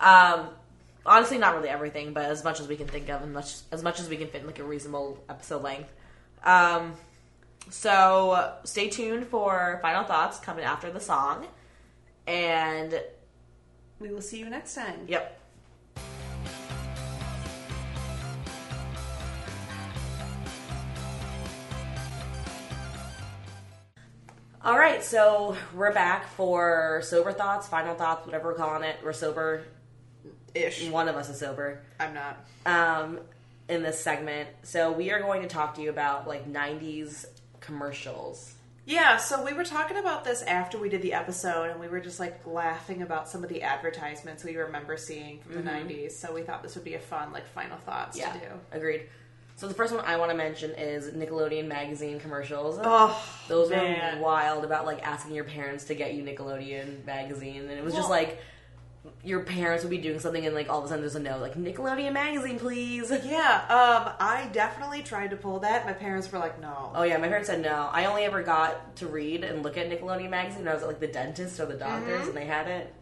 A: Um, honestly, not really everything, but as much as we can think of, and much as much as we can fit in like a reasonable episode length. Um, so stay tuned for final thoughts coming after the song, and
B: we will see you next time.
A: yep. All right, so we're back for sober thoughts, final thoughts, whatever we're calling it. We're sober
B: Ish.
A: one of us is sober
B: I'm not.
A: um, in this segment. So we are going to talk to you about like 90s commercials.
B: Yeah, so we were talking about this after we did the episode, and we were just like laughing about some of the advertisements we remember seeing from
A: Mm-hmm.
B: the 90s. So we thought this would be a fun, like, final thoughts to do.
A: Agreed. So the first one I want to mention is Nickelodeon magazine commercials.
B: Oh,
A: Those
B: man.
A: were wild about like asking your parents to get you Nickelodeon magazine, and it was just
B: Well-
A: like your parents would be doing something, and like all of a sudden there's a no, like Nickelodeon magazine, please.
B: yeah, um, I definitely tried to pull that. My parents were like, no.
A: Oh yeah, my parents said no. I only ever got to read and look at Nickelodeon magazine when I was at like the dentist or the doctors,
B: Mm-hmm.
A: and they had it.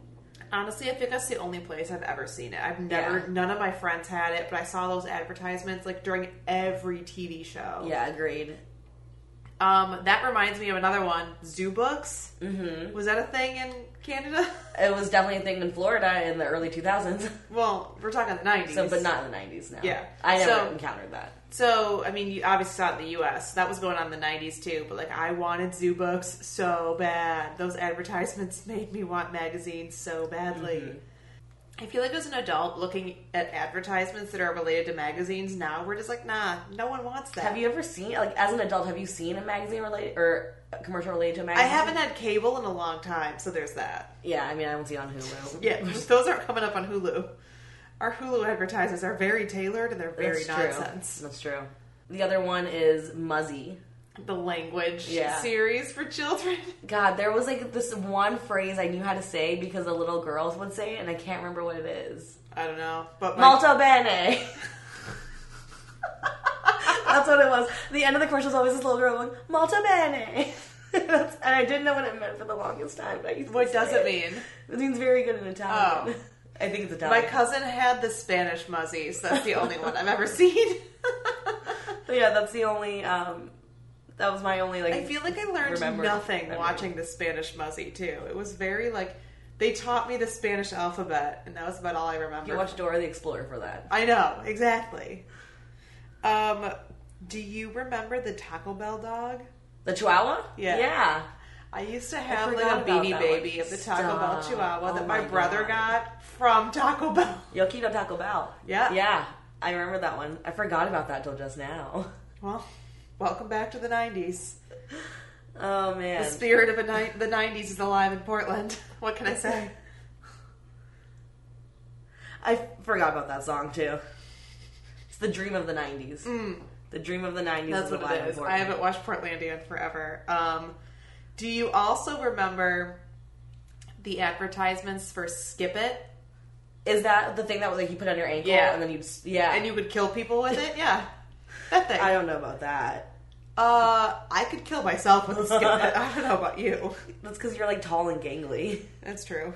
B: Honestly, I think that's the only place I've ever seen it. I've never,
A: Yeah.
B: none of my friends had it, but I saw those advertisements like during every TV show.
A: Yeah, agreed.
B: Um, that reminds me of another one. Zoo books.
A: Mm-hmm.
B: Was that a thing in Canada?
A: It was definitely a thing in Florida in the early 2000s.
B: well, we're talking the nineties.
A: So, but not in the 90s now.
B: Yeah.
A: I never
B: So-
A: encountered that.
B: So, I mean, you obviously saw it in the U.S. That was going on in the '90s too. But like, I wanted zoo books so bad. Those advertisements made me want magazines so badly.
A: Mm-hmm.
B: I feel like as an adult, looking at advertisements that are related to magazines now, we're just like, nah, no one wants that.
A: Have you ever seen, like, as an adult, have you seen a magazine related or a commercial related to a
B: I
A: magazine?
B: haven't had cable in a long time, so there's that.
A: Yeah, I mean, I don't see it on Hulu.
B: Yeah, those aren't coming up on Hulu. Our Hulu advertisements are very tailored and they're very
A: That's true.
B: nonsense.
A: That's true. The other one is Muzzy.
B: The language
A: Yeah.
B: series for children.
A: God, there was like this one phrase I knew how to say because the little girls would say it, and I can't remember what it is.
B: I don't know, but my-
A: Malto bene. That's what it was. The end of the commercial was always this little girl going Malto bene. That's, and I didn't know what it meant for the longest time. But I used to
B: what
A: say
B: does it mean?
A: It means very good in Italian.
B: Oh.
A: I think it's
B: My
A: Italian.
B: cousin had the Spanish muzzies. That's the only one I've ever seen.
A: But yeah, that's the only. Um, that was my only like.
B: I feel like I learned
A: Remember.
B: nothing
A: Remember.
B: watching the Spanish muzzy too. It was very like they taught me the Spanish alphabet, and that was about all I remember.
A: you watched Dora the Explorer for that.
B: I know exactly. Um, do you remember the Taco Bell dog?
A: The Chihuahua.
B: Yeah.
A: Yeah.
B: I used to have like
A: forgot
B: a
A: about
B: beanie
A: that
B: baby
A: one.
B: of the Taco Bell
A: Stop.
B: Chihuahua
A: Oh
B: that my,
A: my
B: brother
A: God.
B: got from Taco Bell.
A: Yokido Taco Bell.
B: Yeah.
A: Yeah. I remember that one. I forgot about that till just now.
B: Well, welcome back to the '90s.
A: Oh man.
B: The spirit of a ni- the '90s is alive in Portland. What can I say?
A: I forgot about that song too. It's the dream of the 90s.
B: Mm,
A: The dream of the 90s
B: that's
A: is
B: what
A: alive
B: it
A: and
B: is.
A: important.
B: I haven't watched Portlandia in forever. Um, do you also remember the advertisements for Skip It?
A: Is that the thing that like you put on your ankle
B: Yeah.
A: and then you would yeah.
B: And you would kill people with it? Yeah, that thing.
A: I don't know about that.
B: Uh, I could kill myself with a Skip It. I don't know about you.
A: That's cuz you're like tall and gangly.
B: That's true.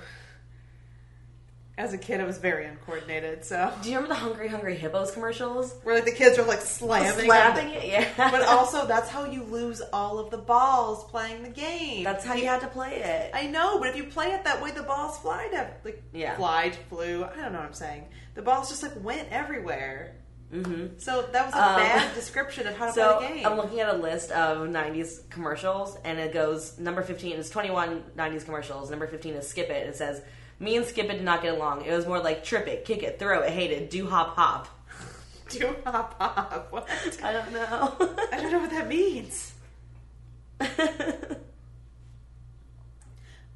B: As a kid, I was very uncoordinated, so
A: Do you remember the Hungry Hungry Hippos commercials?
B: where like the kids are like slamming,
A: Slapping it, yeah.
B: but also that's how you lose all of the balls playing the game.
A: that's how you had to play it.
B: I know, but if you play it that way, the balls fly to like
A: Yeah.
B: flied, flew. I don't know what I'm saying. The balls just like went everywhere.
A: mhm.
B: So that was a
A: Um,
B: bad description of how to
A: So um,
B: play the game.
A: I'm looking at a list of 90s commercials, and it goes number 15 is 21 90s commercials. Number 15 is Skip It. It says, "Me and Skip It did not get along. It was more like trip it, kick it, throw it, hate it, do hop hop."
B: Do hop hop. What?
A: I don't know.
B: I don't know what that means.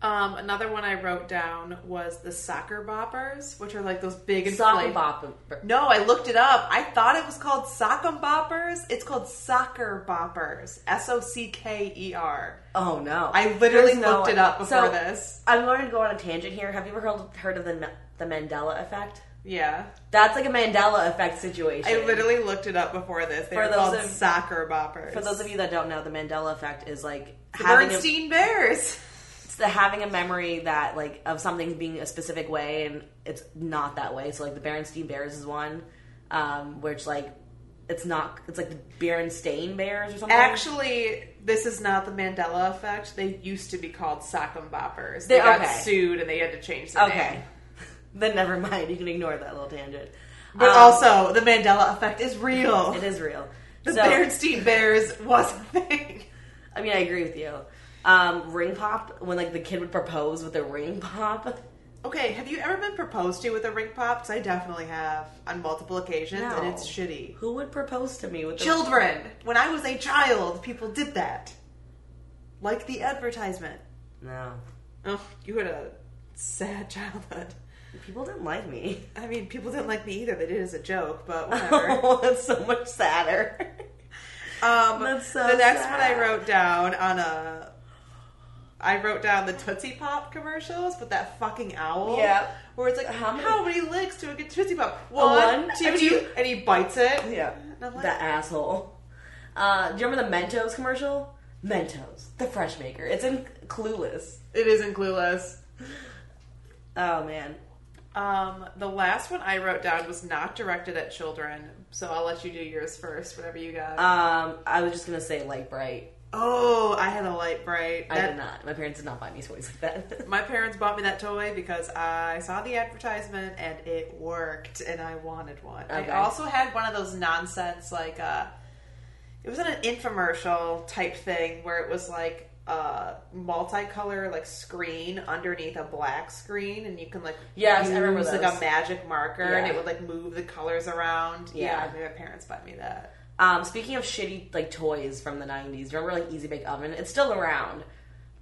B: Um, another one I wrote down was the soccer boppers, which are like those big and
A: Sock and bop.
B: No, I looked it up. I thought it was called Sock'em Boppers. It's called Soccer Boppers. S O C K E R.
A: Oh no!
B: I literally
A: There's no
B: looked
A: way.
B: it up before
A: So,
B: this.
A: I'm going to go on a tangent here. Have you ever heard, heard of the Ma- the Mandela effect?
B: Yeah.
A: That's like a Mandela effect situation.
B: I literally looked it up before this. They
A: For
B: were
A: those
B: called
A: of-
B: Soccer Boppers.
A: For those of you that don't know, the Mandela effect is like
B: the
A: having a-
B: Bernstein Bears.
A: it's the having a memory that like of something being a specific way and it's not that way. So like the Berenstain Bears is one, um, which like it's not. It's like the Berenstain Bears or something.
B: Actually, this is not the Mandela effect. They used to be called Sock'em Boppers. They
A: They-
B: got
A: okay.
B: sued and they had to change the name.
A: okay. then never mind. You can ignore that little tangent.
B: But
A: Um,
B: also, the Mandela effect is real.
A: it is real.
B: the
A: so
B: Bernstein Bears was a thing.
A: I mean, I agree with you. Um, ring pop when like the kid would propose with a ring pop.
B: Okay, have you ever been proposed to with a ring pop? 'Cause I definitely have on multiple occasions, and
A: No.
B: it's shitty.
A: Who would propose to me with a-
B: Children, when I was a child, people did that. Like the advertisement.
A: No,
B: Oh, you had a sad childhood.
A: people didn't like me.
B: I mean, people didn't like me either. They did it as a joke, but whatever.
A: Oh, that's so much sadder.
B: um,
A: That's so
B: the next
A: sad.
B: one I wrote down on a. I wrote down the Tootsie Pop commercials with that fucking owl.
A: Yeah.
B: Where it's like, how
A: How
B: many,
A: many-
B: licks do I get Tootsie Pop?
A: one?
B: One, two,
A: I mean, you-
B: and he bites it.
A: Yeah.
B: And I'm like-
A: That asshole. Uh, do you remember the Mentos commercial? Mentos, the fresh maker. It's in Clueless.
B: It isn't clueless.
A: Oh man.
B: Um, the last one I wrote down was not directed at
A: Uh,
B: children, so I'll let you do yours first, whatever you got.
A: Um, I was just gonna say light bright.
B: Oh, I had a light bright.
A: I
B: That-
A: did not. My parents did not buy me toys like that.
B: My parents bought me that toy because I saw the advertisement and it worked and I wanted one.
A: Okay.
B: I also had one of those nonsense like uh it was an infomercial type thing where it was like a multicolor like screen underneath a black screen and you can like
A: Yes, I
B: use
A: remember
B: like
A: those.
B: a magic marker and
A: Yeah.
B: it would like move the colors around.
A: Yeah.
B: Yeah, my parents bought me that.
A: um, speaking of shitty like toys from the '90s, remember like Easy Bake Oven? It's still around,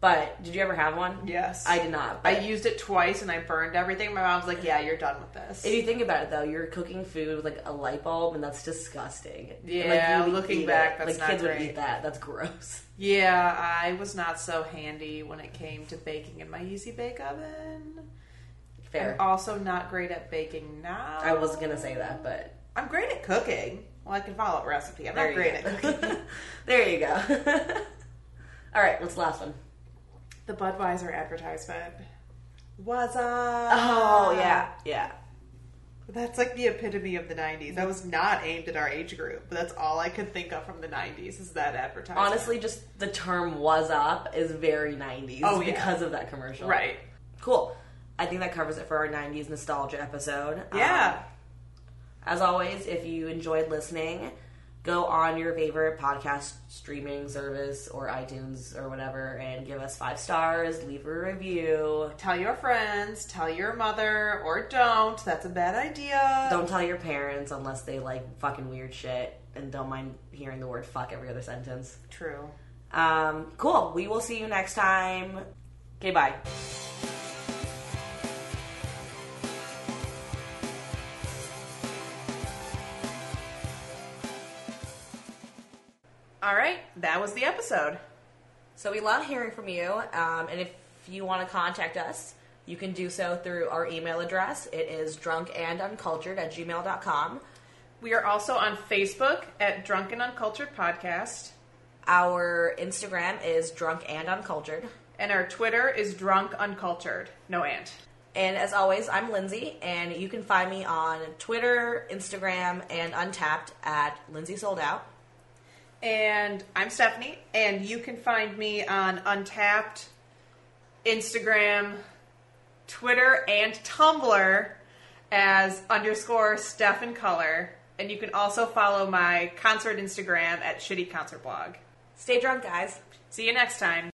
A: but did you ever have one?
B: Yes.
A: I did not.
B: I
A: but-
B: used it twice and I burned everything. My mom's like, "Yeah, you're done with this."
A: If you think about it, though, you're cooking food with like a light bulb, and that's disgusting. And,
B: Yeah,
A: like, would
B: looking
A: eat
B: back,
A: it.
B: that's
A: like
B: not
A: kids would
B: great.
A: eat that. That's gross.
B: Yeah, I was not so handy when it came to baking in my easy bake oven.
A: Fair.
B: I'm also not great at baking now.
A: I was gonna say that, but
B: I'm great at cooking. Well, I can follow a recipe. I'm not great at
A: you
B: cooking.
A: go. there you go. All right, what's the last one?
B: The Budweiser advertisement was up.
A: Oh yeah, yeah.
B: That's like the epitome of the 90s. That was not aimed at our age group, but that's all I could think of from the 90s is that advertisement.
A: Honestly, just the term "was up" is very '90s
B: Oh, yeah.
A: because of that commercial.
B: right.
A: Cool. I think that covers it for our '90s nostalgia episode. Um,
B: Yeah.
A: As always, if you enjoyed listening, go on your favorite podcast streaming service or iTunes or whatever and give us five stars, leave a review.
B: Tell your friends, tell your mother, or don't. That's a bad idea.
A: Don't tell your parents unless they like fucking weird shit and don't mind hearing the word fuck every other sentence.
B: True.
A: Um, cool. We will see you next time. Okay, bye.
B: All right, that was the episode.
A: So we love hearing from you. Um, and if you want to contact us, you can do so through our email address. It is drunkanduncultured at gmail.com.
B: We are also on Facebook at Drunken Uncultured Podcast,
A: Our Instagram is drunk and uncultured.
B: and our Twitter is Drunk Uncultured. No and.
A: And as always, I'm Lindsay, and you can find me on Twitter, Instagram, and Untapped at Lindsay Sold Out.
B: And I'm Stephanie, and you can find me on Untapped, Instagram, Twitter, and Tumblr as underscore Steph in Color. And you can also follow my concert Instagram at Shitty Concert Blog.
A: Stay drunk, guys.
B: See you next time.